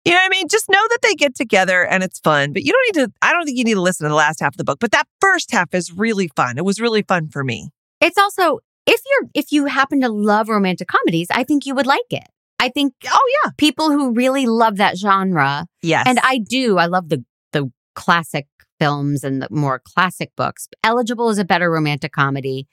Speaker 2: what I mean? Just know that they get together and it's fun, but you don't need to. I don't think you need to listen to the last half of the book, but that first half is really fun. It was really fun for me.
Speaker 1: It's also if you're if you happen to love romantic comedies, I think you would like it. I think
Speaker 2: Oh, yeah.
Speaker 1: people who really love that genre,
Speaker 2: Yes.
Speaker 1: and I do, I love the the classic films and the more classic books. Eligible is a better romantic comedy.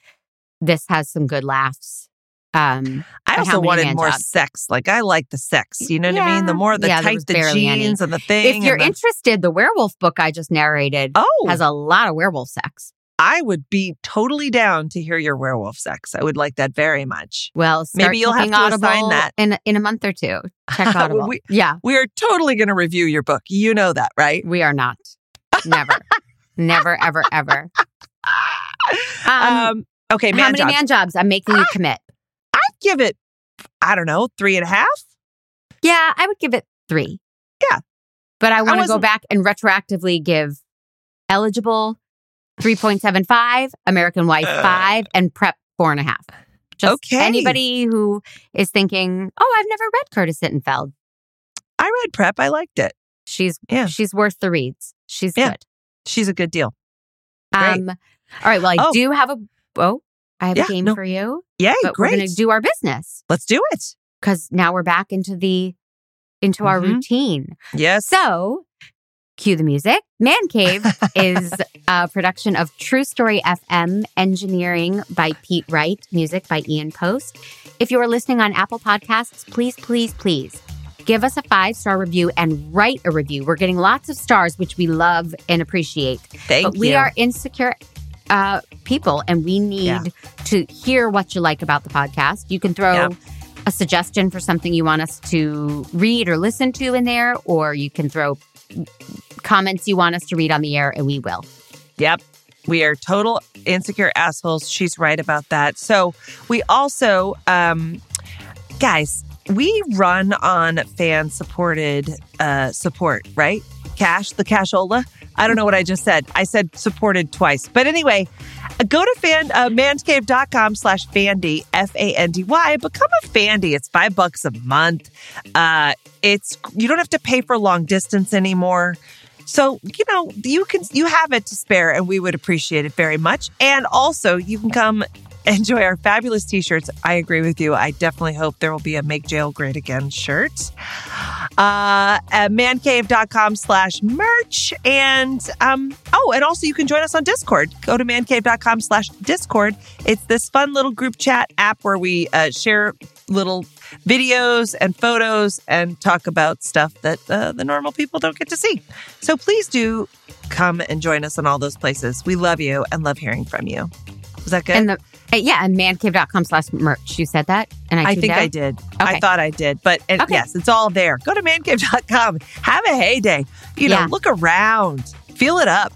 Speaker 1: This has some good laughs. Um, but
Speaker 2: I
Speaker 1: how
Speaker 2: also
Speaker 1: many
Speaker 2: wanted
Speaker 1: man
Speaker 2: more
Speaker 1: jobs?
Speaker 2: sex. Like, I like the sex. You know what I mean? The
Speaker 1: Yeah.
Speaker 2: more the
Speaker 1: Yeah, there
Speaker 2: tight,
Speaker 1: was
Speaker 2: the
Speaker 1: barely any.
Speaker 2: jeans, and the thing.
Speaker 1: if you're
Speaker 2: and the-
Speaker 1: interested, the werewolf book I just narrated
Speaker 2: oh,
Speaker 1: has a lot of werewolf sex.
Speaker 2: I would be totally down to hear your werewolf sex. I would like that very much.
Speaker 1: Well, start
Speaker 2: Maybe you'll have
Speaker 1: clicking
Speaker 2: to assign
Speaker 1: Audible
Speaker 2: that.
Speaker 1: in in a month or two.
Speaker 2: *laughs*
Speaker 1: Check Audible.
Speaker 2: We-
Speaker 1: yeah,
Speaker 2: We are totally going to review your book. You know that, right?
Speaker 1: we are not. Never, never, ever, ever. Um,
Speaker 2: um, okay,
Speaker 1: How
Speaker 2: man,
Speaker 1: many
Speaker 2: jobs.
Speaker 1: man jobs? I'm making you commit.
Speaker 2: I'd give it, I don't know, three and a half.
Speaker 1: Yeah, I would give it three.
Speaker 2: Yeah.
Speaker 1: But I want to go
Speaker 2: wasn't-
Speaker 1: back and retroactively give eligible 3.75, American Wife
Speaker 2: Uh.
Speaker 1: five, and prep four and a half. Just
Speaker 2: Okay.
Speaker 1: anybody who is thinking, oh, I've never read Curtis Sittenfeld.
Speaker 2: I read prep. I liked it.
Speaker 1: She's
Speaker 2: Yeah.
Speaker 1: she's worth the reads. She's
Speaker 2: Yeah.
Speaker 1: good.
Speaker 2: She's a good deal. Great.
Speaker 1: Um all right. Well, I
Speaker 2: Oh.
Speaker 1: do have a oh, I have
Speaker 2: Yeah,
Speaker 1: a game
Speaker 2: no.
Speaker 1: for you.
Speaker 2: Yay,
Speaker 1: But
Speaker 2: great.
Speaker 1: we're gonna do our business
Speaker 2: Let's do it.
Speaker 1: because now we're back into the into our
Speaker 2: Mhm.
Speaker 1: routine.
Speaker 2: Yes.
Speaker 1: So, cue the music. Man Cave is a production of True Story FM, engineering by Pete Wright, music by Ian Post. If you are listening on Apple Podcasts, please, please, please give us a five star review and write a review. We're getting lots of stars, which we love and appreciate.
Speaker 2: Thank
Speaker 1: but we
Speaker 2: you.
Speaker 1: are insecure uh, people, and we need
Speaker 2: Yeah.
Speaker 1: to hear what you like about the podcast. You can throw
Speaker 2: Yeah.
Speaker 1: a suggestion for something you want us to read or listen to in there, or you can throw comments you want us to read on the air, and we will.
Speaker 2: Yep. We are total insecure assholes. She's right about that. So we also, um, guys, we run on fan supported uh, support, right? Cash, the cashola. I don't know what I just said. I said supported twice. But anyway, go to fan, uh, manscaped.com slash Fandy, F A N D Y. Become a Fandy. It's five bucks a month. Uh, it's You don't have to pay for long distance anymore. So, you know, you can you have it to spare and we would appreciate it very much. And also, you can come enjoy our fabulous t-shirts. I agree with you. I definitely hope there will be a make jail great again shirt. Uh at mancave.com slash merch. And um, oh, and also you can join us on Discord. Go to mancave.com slash Discord. It's this fun little group chat app where we uh, share little videos and photos and talk about stuff that uh, the normal people don't get to see. So please do come and join us in all those places. We love you and love hearing from you. Was that good?
Speaker 1: And the uh, yeah, and mancave.com slash merch. You said that, and I,
Speaker 2: I
Speaker 1: tuned
Speaker 2: think
Speaker 1: out?
Speaker 2: I did. I
Speaker 1: Okay.
Speaker 2: thought I did. But and
Speaker 1: Okay.
Speaker 2: yes, it's all there. Go to mancave.com. Have a heyday. You know,
Speaker 1: Yeah.
Speaker 2: look around. Feel it up.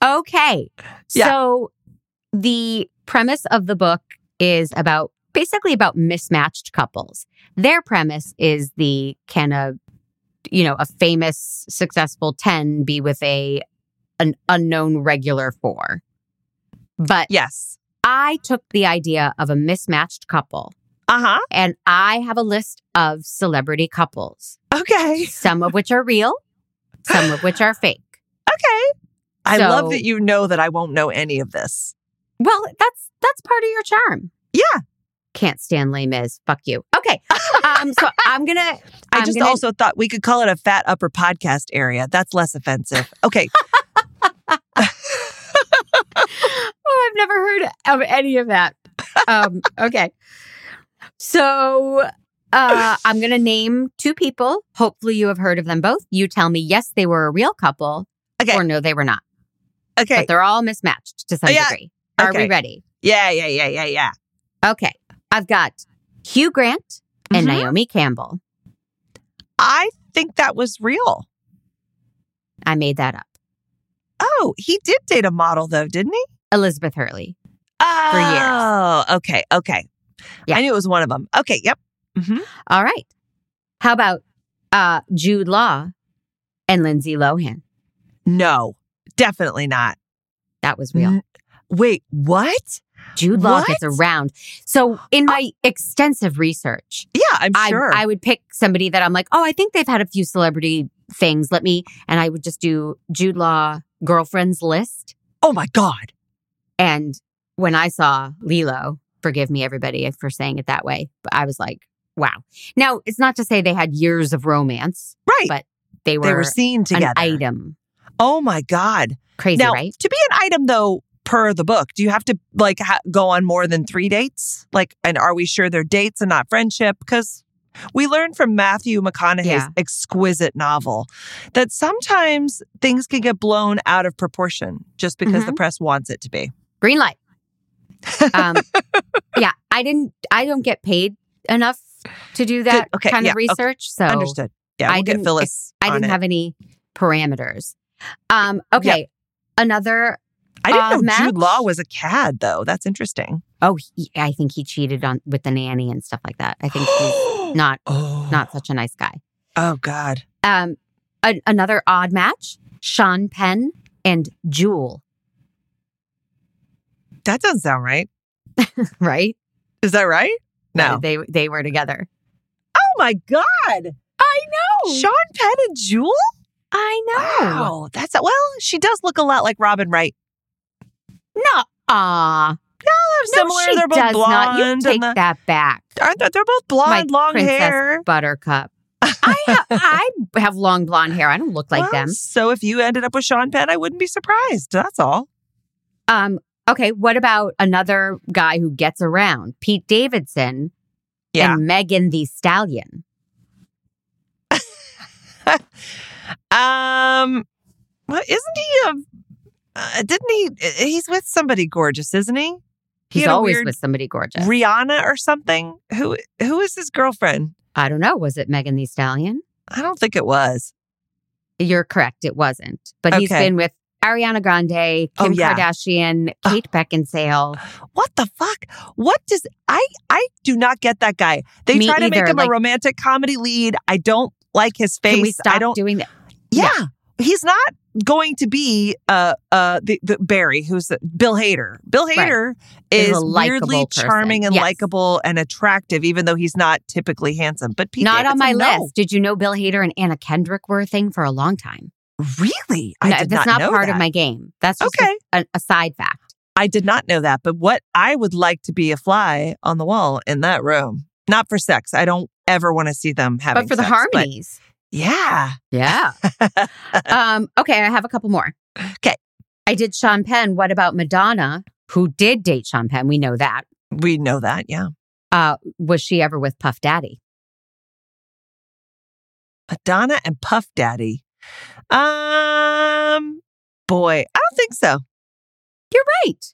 Speaker 1: Okay.
Speaker 2: Yeah.
Speaker 1: So the premise of the book is about basically about mismatched couples. Their premise is the can a you know, a famous successful 10 be with a an unknown regular 4. But
Speaker 2: Yes.
Speaker 1: I took the idea of a mismatched couple
Speaker 2: Uh-huh.
Speaker 1: and I have a list of celebrity couples,
Speaker 2: Okay.
Speaker 1: some of which are real, some of which are fake.
Speaker 2: Okay. I
Speaker 1: So-
Speaker 2: love that you know that I won't know any of this.
Speaker 1: Well, that's that's part of your charm.
Speaker 2: Yeah.
Speaker 1: Can't stand Les Mis. Fuck you. Okay. Um, *laughs* so I'm gonna.
Speaker 2: I
Speaker 1: I'm
Speaker 2: just
Speaker 1: gonna-
Speaker 2: also thought we could call it a fat upper podcast area. That's
Speaker 1: *laughs*
Speaker 2: less offensive. Okay.
Speaker 1: Oh, I've never heard of any of that. Um, *laughs* okay. So uh, I'm gonna name two people. Hopefully, you have heard of them both. You tell me yes, they were a real couple,
Speaker 2: Okay.
Speaker 1: or no, they were not.
Speaker 2: Okay.
Speaker 1: But they're all mismatched to some
Speaker 2: Yeah.
Speaker 1: degree. Are
Speaker 2: Okay.
Speaker 1: we ready?
Speaker 2: Yeah, yeah, yeah, yeah, yeah.
Speaker 1: Okay. I've got Hugh Grant and
Speaker 2: Mhm.
Speaker 1: Naomi Campbell.
Speaker 2: I think that was real.
Speaker 1: I made that up.
Speaker 2: Oh, he did date a model though, didn't he?
Speaker 1: Elizabeth Hurley. years.
Speaker 2: Oh, okay, okay.
Speaker 1: Yeah.
Speaker 2: I knew it was one of them. Okay, yep. hmm
Speaker 1: All right. How about uh, Jude Law and Lindsay Lohan?
Speaker 2: No, definitely not.
Speaker 1: That was real.
Speaker 2: N- Wait, what?
Speaker 1: Jude Law
Speaker 2: Mm, What?
Speaker 1: gets around. So in my extensive research,
Speaker 2: Yeah, I'm
Speaker 1: I,
Speaker 2: sure.
Speaker 1: I would pick somebody that I'm like, oh, I think they've had a few celebrity things. Let me, and I would just do Jude Law girlfriends list.
Speaker 2: oh my god.
Speaker 1: And when I saw Lilo, forgive me everybody for saying it that way, but I was like, wow. Now it's not to say they had years of romance.
Speaker 2: Right.
Speaker 1: But they were,
Speaker 2: they were seen together.
Speaker 1: an item.
Speaker 2: Oh my god.
Speaker 1: Crazy,
Speaker 2: now,
Speaker 1: right?
Speaker 2: to be an item though, per the book, do you have to like ha- go on more than 3 dates? Like and are we sure they're dates and not friendship cuz we learned from Matthew McConaughey's
Speaker 1: Yeah.
Speaker 2: exquisite novel that sometimes things can get blown out of proportion just because
Speaker 1: Mm-hmm.
Speaker 2: the press wants it to be.
Speaker 1: green light
Speaker 2: *laughs*
Speaker 1: um, yeah i didn't i don't get paid enough to do that
Speaker 2: okay,
Speaker 1: kind
Speaker 2: yeah,
Speaker 1: of
Speaker 2: okay.
Speaker 1: research so
Speaker 2: Understood. Yeah,
Speaker 1: Oh. I
Speaker 2: we'll get
Speaker 1: didn't-
Speaker 2: Phyllis.
Speaker 1: i
Speaker 2: on
Speaker 1: didn't
Speaker 2: it.
Speaker 1: have any parameters um okay another
Speaker 2: I didn't know
Speaker 1: uh, match.
Speaker 2: Jude Law was a cad though. That's interesting.
Speaker 1: oh he, i think he cheated on with the nanny and stuff like that i think he's
Speaker 2: *gasps* oh,
Speaker 1: not not such a nice guy
Speaker 2: Oh God.
Speaker 1: um an another odd match sean penn and jewel
Speaker 2: That doesn't sound right.
Speaker 1: right
Speaker 2: Is that right? No.
Speaker 1: they they were together
Speaker 2: Oh my God.
Speaker 1: i
Speaker 2: Sean Penn and Jewel?
Speaker 1: i know
Speaker 2: Oh. Wow. That's well, she does look a lot like Robin Wright.
Speaker 1: no ah
Speaker 2: They're similar.
Speaker 1: she
Speaker 2: They're both
Speaker 1: does
Speaker 2: blonde.
Speaker 1: Not. You
Speaker 2: and
Speaker 1: take
Speaker 2: the-
Speaker 1: that back.
Speaker 2: aren't they? They're both blonde,
Speaker 1: My
Speaker 2: long
Speaker 1: Princess
Speaker 2: hair. *laughs*
Speaker 1: Buttercup. I have, I have long blonde hair. I don't look like
Speaker 2: Well,
Speaker 1: them.
Speaker 2: So if you ended up with Sean Penn, I wouldn't be surprised. That's all.
Speaker 1: Um. Okay. What about another guy who gets around? Pete Davidson
Speaker 2: Yeah.
Speaker 1: and Megan the Stallion.
Speaker 2: Um, well, isn't he Uh, didn't he? He's with somebody gorgeous, isn't he? He
Speaker 1: He's
Speaker 2: had a
Speaker 1: always
Speaker 2: weird-
Speaker 1: with somebody gorgeous.
Speaker 2: Rihanna or something. Who who is his girlfriend?
Speaker 1: I don't know. Was it Megan the Stallion?
Speaker 2: I don't think it was.
Speaker 1: You're correct. It wasn't. But he's
Speaker 2: Okay.
Speaker 1: been with Ariana Grande,
Speaker 2: Oh,
Speaker 1: Kim
Speaker 2: yeah.
Speaker 1: Kardashian,
Speaker 2: Oh.
Speaker 1: Kate Beckinsale.
Speaker 2: What the fuck? What does I I do not get that guy. They
Speaker 1: Me
Speaker 2: try to make
Speaker 1: either,
Speaker 2: him
Speaker 1: like-
Speaker 2: a romantic comedy lead. I don't like his face.
Speaker 1: Can we stop
Speaker 2: I don't
Speaker 1: doing that?
Speaker 2: Yeah. He's not going to be uh uh the, the Barry who's the, Bill Hader. Bill
Speaker 1: Right.
Speaker 2: Hader
Speaker 1: Is
Speaker 2: is
Speaker 1: a likable
Speaker 2: weirdly
Speaker 1: person.
Speaker 2: charming and
Speaker 1: Yes.
Speaker 2: likable and attractive even though he's not typically handsome. But Pete
Speaker 1: Not on my
Speaker 2: Davidson, no.
Speaker 1: list. Did you know Bill Hader and Anna Kendrick were a thing for a long time?
Speaker 2: Really?
Speaker 1: No,
Speaker 2: I did
Speaker 1: that's not,
Speaker 2: not know
Speaker 1: part
Speaker 2: that.
Speaker 1: of my game. That's just
Speaker 2: Okay.
Speaker 1: a, a side fact.
Speaker 2: I did not know that, but what I would like to be a fly on the wall in that room. Not for sex. I don't ever want to see them having
Speaker 1: but for the
Speaker 2: sex, but
Speaker 1: harmonies.
Speaker 2: yeah. *laughs*
Speaker 1: yeah. um, okay, I have a couple more.
Speaker 2: 'Kay.
Speaker 1: I did Sean Penn. What about Madonna, who did date Sean Penn? We know that.
Speaker 2: We know that, yeah.
Speaker 1: Uh, was she ever with Puff Daddy?
Speaker 2: Madonna and Puff Daddy. Um boy, I don't think so.
Speaker 1: You're right.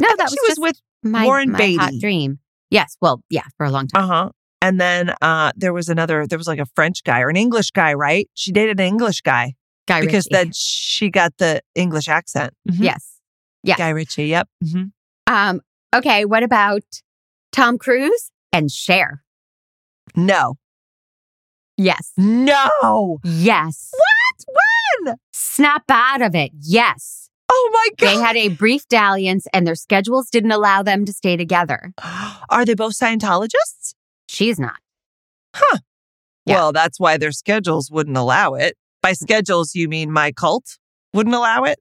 Speaker 1: No,
Speaker 2: I think
Speaker 1: that
Speaker 2: she
Speaker 1: was,
Speaker 2: was
Speaker 1: just
Speaker 2: with
Speaker 1: my,
Speaker 2: Warren
Speaker 1: my hot
Speaker 2: Beatty.
Speaker 1: dream. Yes. Well, yeah, for a long time.
Speaker 2: uh-huh. And then uh there was another there was like a French guy or an English guy, right? She dated an English guy
Speaker 1: Guy
Speaker 2: because
Speaker 1: Ritchie.
Speaker 2: then she got the English accent. Mhm.
Speaker 1: yes. yeah.
Speaker 2: Guy Ritchie, yep. hmm
Speaker 1: Um, okay, what about Tom Cruise and Cher?
Speaker 2: No.
Speaker 1: Yes.
Speaker 2: No.
Speaker 1: Yes. What?
Speaker 2: When?
Speaker 1: Snap out of it. Yes.
Speaker 2: Oh my god.
Speaker 1: They had a brief dalliance and their schedules didn't allow them to stay together.
Speaker 2: *gasps* Are they both Scientologists?
Speaker 1: She's not. Yeah.
Speaker 2: Well, that's why their schedules wouldn't allow it. By schedules, you mean my cult wouldn't allow it?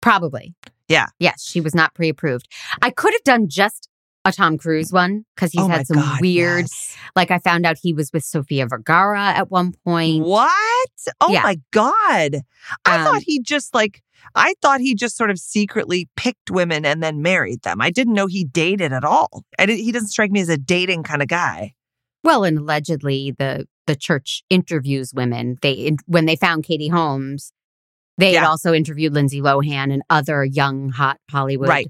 Speaker 1: Probably.
Speaker 2: Yeah.
Speaker 1: Yes, she was not pre approved. I could have done just a Tom Cruise one because he's
Speaker 2: oh my
Speaker 1: had some
Speaker 2: God,
Speaker 1: weird,
Speaker 2: yes.
Speaker 1: like I found out he was with Sofia Vergara at one point.
Speaker 2: What? Oh
Speaker 1: Yeah.
Speaker 2: my God. I
Speaker 1: Um,
Speaker 2: thought he just like, I thought he just sort of secretly picked women and then married them. I didn't know he dated at all. I didn't, he doesn't strike me as a dating kind
Speaker 1: *gasps*
Speaker 2: of guy.
Speaker 1: Well, and allegedly the the church interviews women. They in, when they found Katie Holmes, they had
Speaker 2: Yeah.
Speaker 1: also interviewed Lindsay Lohan and other young hot Hollywood
Speaker 2: Right.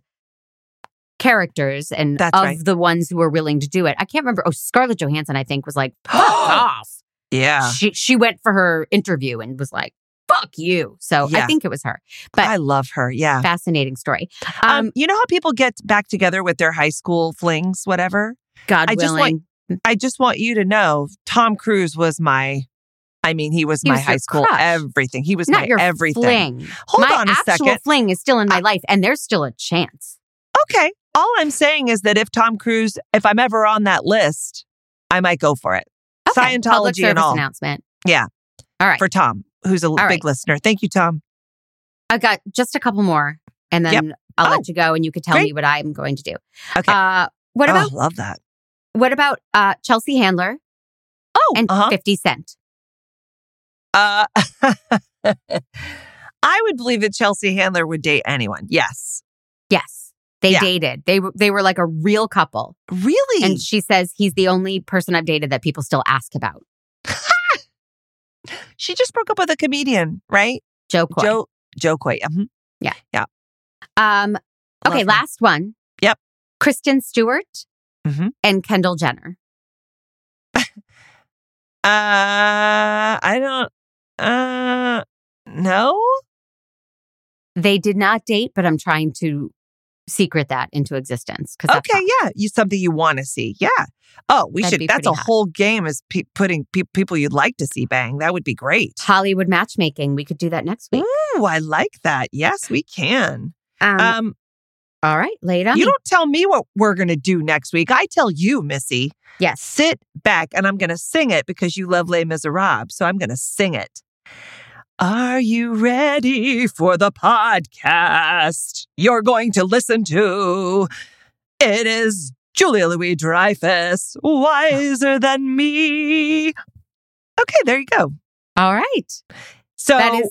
Speaker 1: characters and
Speaker 2: That's
Speaker 1: of
Speaker 2: right.
Speaker 1: the ones who were willing to do it. I can't remember. Oh, Scarlett Johansson I think was like off.
Speaker 2: *gasps* Oh, yeah.
Speaker 1: She she went for her interview and was like fuck you. So I
Speaker 2: Yeah.
Speaker 1: think it was her. But-
Speaker 2: I love her. Yeah.
Speaker 1: Fascinating story. Um,
Speaker 2: Um, you know how people get back together with their high school flings, whatever?
Speaker 1: God
Speaker 2: I just
Speaker 1: willing.
Speaker 2: want I just want you to know Tom Cruise was my I mean, he was
Speaker 1: He
Speaker 2: my
Speaker 1: was your
Speaker 2: high school
Speaker 1: crush.
Speaker 2: everything. He was my
Speaker 1: not your
Speaker 2: everything.
Speaker 1: fling.
Speaker 2: Hold
Speaker 1: my
Speaker 2: on a
Speaker 1: actual
Speaker 2: second.
Speaker 1: fling is still in my life, and there's still a chance.
Speaker 2: Okay. All I'm saying is that if Tom Cruise, if I'm ever on that list, I might go for it.
Speaker 1: Okay, public
Speaker 2: Scientology and
Speaker 1: service
Speaker 2: all
Speaker 1: announcement.
Speaker 2: Yeah.
Speaker 1: All right.
Speaker 2: for Tom, who's a big
Speaker 1: right.
Speaker 2: listener. Thank you, Tom.
Speaker 1: I've got just a couple more, and then
Speaker 2: Yep.
Speaker 1: I'll
Speaker 2: Oh,
Speaker 1: let you go, and you can tell me
Speaker 2: great.
Speaker 1: what I'm going to do.
Speaker 2: Okay.
Speaker 1: Uh, what about
Speaker 2: oh, love that.
Speaker 1: what about uh, Chelsea Handler
Speaker 2: Oh,
Speaker 1: and
Speaker 2: uh-huh.
Speaker 1: Fifty Cent?
Speaker 2: Uh, *laughs* I would believe that Chelsea Handler would date anyone. Yes.
Speaker 1: Yes, they
Speaker 2: Yeah.
Speaker 1: dated. They were they were like a real couple,
Speaker 2: Really?
Speaker 1: and she says he's the only person I've dated that people still ask about.
Speaker 2: she just broke up with a comedian, right?
Speaker 1: Joe Coy.
Speaker 2: Joe Joe Coy. mhm.
Speaker 1: um.
Speaker 2: Love
Speaker 1: Okay,
Speaker 2: her.
Speaker 1: last one.
Speaker 2: Yep.
Speaker 1: Kristen Stewart
Speaker 2: Mhm.
Speaker 1: and Kendall Jenner.
Speaker 2: Uh, I don't. Uh, no.
Speaker 1: They did not date, but I'm trying to secret that into existence because
Speaker 2: Okay, yeah, you something you want to see. Yeah. Oh, we
Speaker 1: That'd be
Speaker 2: should. That's a
Speaker 1: pretty hot.
Speaker 2: whole game is pe- putting pe- people you'd like to see bang. That would be great.
Speaker 1: Hollywood matchmaking. We could do that next week.
Speaker 2: Ooh, I like that. Yes, we can.
Speaker 1: Um,
Speaker 2: Um,
Speaker 1: all right, lay it on.
Speaker 2: you
Speaker 1: me.
Speaker 2: don't tell me what we're gonna do next week. I tell you, Missy.
Speaker 1: yes.
Speaker 2: Sit back and I'm gonna sing it because you love Les Miserables. So I'm gonna sing it. Are you ready for the podcast you're going to listen to? It is Julia Louis Dreyfus, wiser than me. Okay, there you go.
Speaker 1: All right.
Speaker 2: So
Speaker 1: That is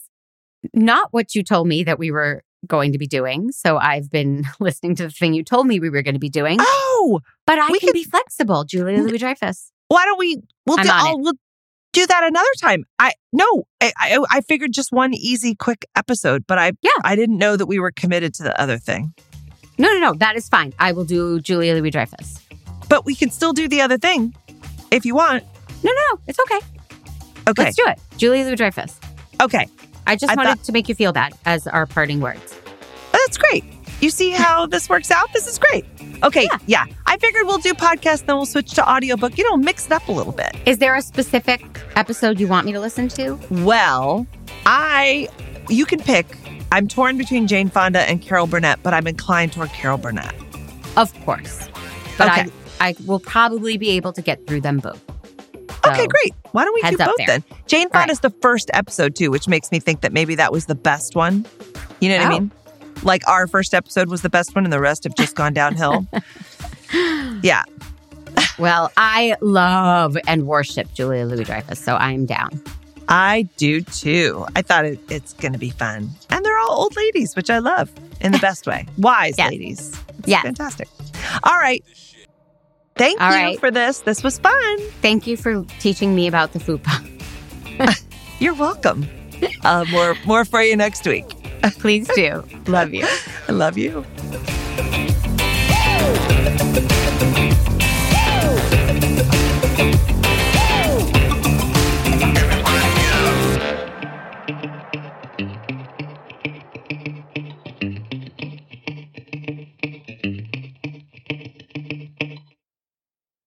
Speaker 1: not what you told me that we were going to be doing. So I've been *laughs* listening to the thing you told me we were going to be doing.
Speaker 2: oh,
Speaker 1: But I
Speaker 2: we
Speaker 1: can
Speaker 2: could-
Speaker 1: be flexible, Julia Louis Dreyfus.
Speaker 2: why don't we? We'll
Speaker 1: I'm
Speaker 2: do
Speaker 1: on
Speaker 2: all. We'll do that another time. I no, I, I I figured just one easy, quick episode, but I
Speaker 1: Yeah.
Speaker 2: I didn't know that we were committed to the other thing.
Speaker 1: No, no, no. That is fine. I will do Julia Louis Dreyfus.
Speaker 2: But we can still do the other thing if you want.
Speaker 1: No, no, no. It's okay.
Speaker 2: Okay,
Speaker 1: Let's do it. Julia Louis Dreyfus.
Speaker 2: okay,
Speaker 1: I just
Speaker 2: I
Speaker 1: wanted to make you feel bad as our parting words.
Speaker 2: Oh, that's great. You see *laughs* how this works out? This is great. Okay, yeah. I figured we'll do podcast, then we'll switch to audiobook. You know, mix it up a little bit.
Speaker 1: Is there a specific episode you want me to listen to?
Speaker 2: Well, I you can pick. I'm torn between Jane Fonda and Carol Burnett, but I'm inclined toward Carol Burnett.
Speaker 1: Of course. But
Speaker 2: Okay.
Speaker 1: I, I will probably be able to get through them both.
Speaker 2: Okay,
Speaker 1: So,
Speaker 2: great. Why don't we do
Speaker 1: heads up
Speaker 2: both
Speaker 1: there.
Speaker 2: then? Jane
Speaker 1: All right.
Speaker 2: Fonda's the first episode too, which makes me think that maybe that was the best one. You know what I
Speaker 1: Oh.
Speaker 2: mean? Like our first episode was the best one, and the rest have just gone
Speaker 1: *laughs*
Speaker 2: downhill. yeah.
Speaker 1: Well, I love and worship Julia Louis Dreyfus, so I'm down.
Speaker 2: I do too. I thought it, it's going to be fun. And they're all old ladies, which I love
Speaker 1: *laughs*
Speaker 2: in the best way. Wise
Speaker 1: Yes.
Speaker 2: ladies. It's
Speaker 1: Yes.
Speaker 2: Fantastic. All right. Thank
Speaker 1: All
Speaker 2: you
Speaker 1: right.
Speaker 2: for this. This was fun.
Speaker 1: Thank you for teaching me about the food pump.
Speaker 2: You're welcome. Uh, more, more for you next week.
Speaker 1: *laughs* Please do. Love you.
Speaker 2: I love you.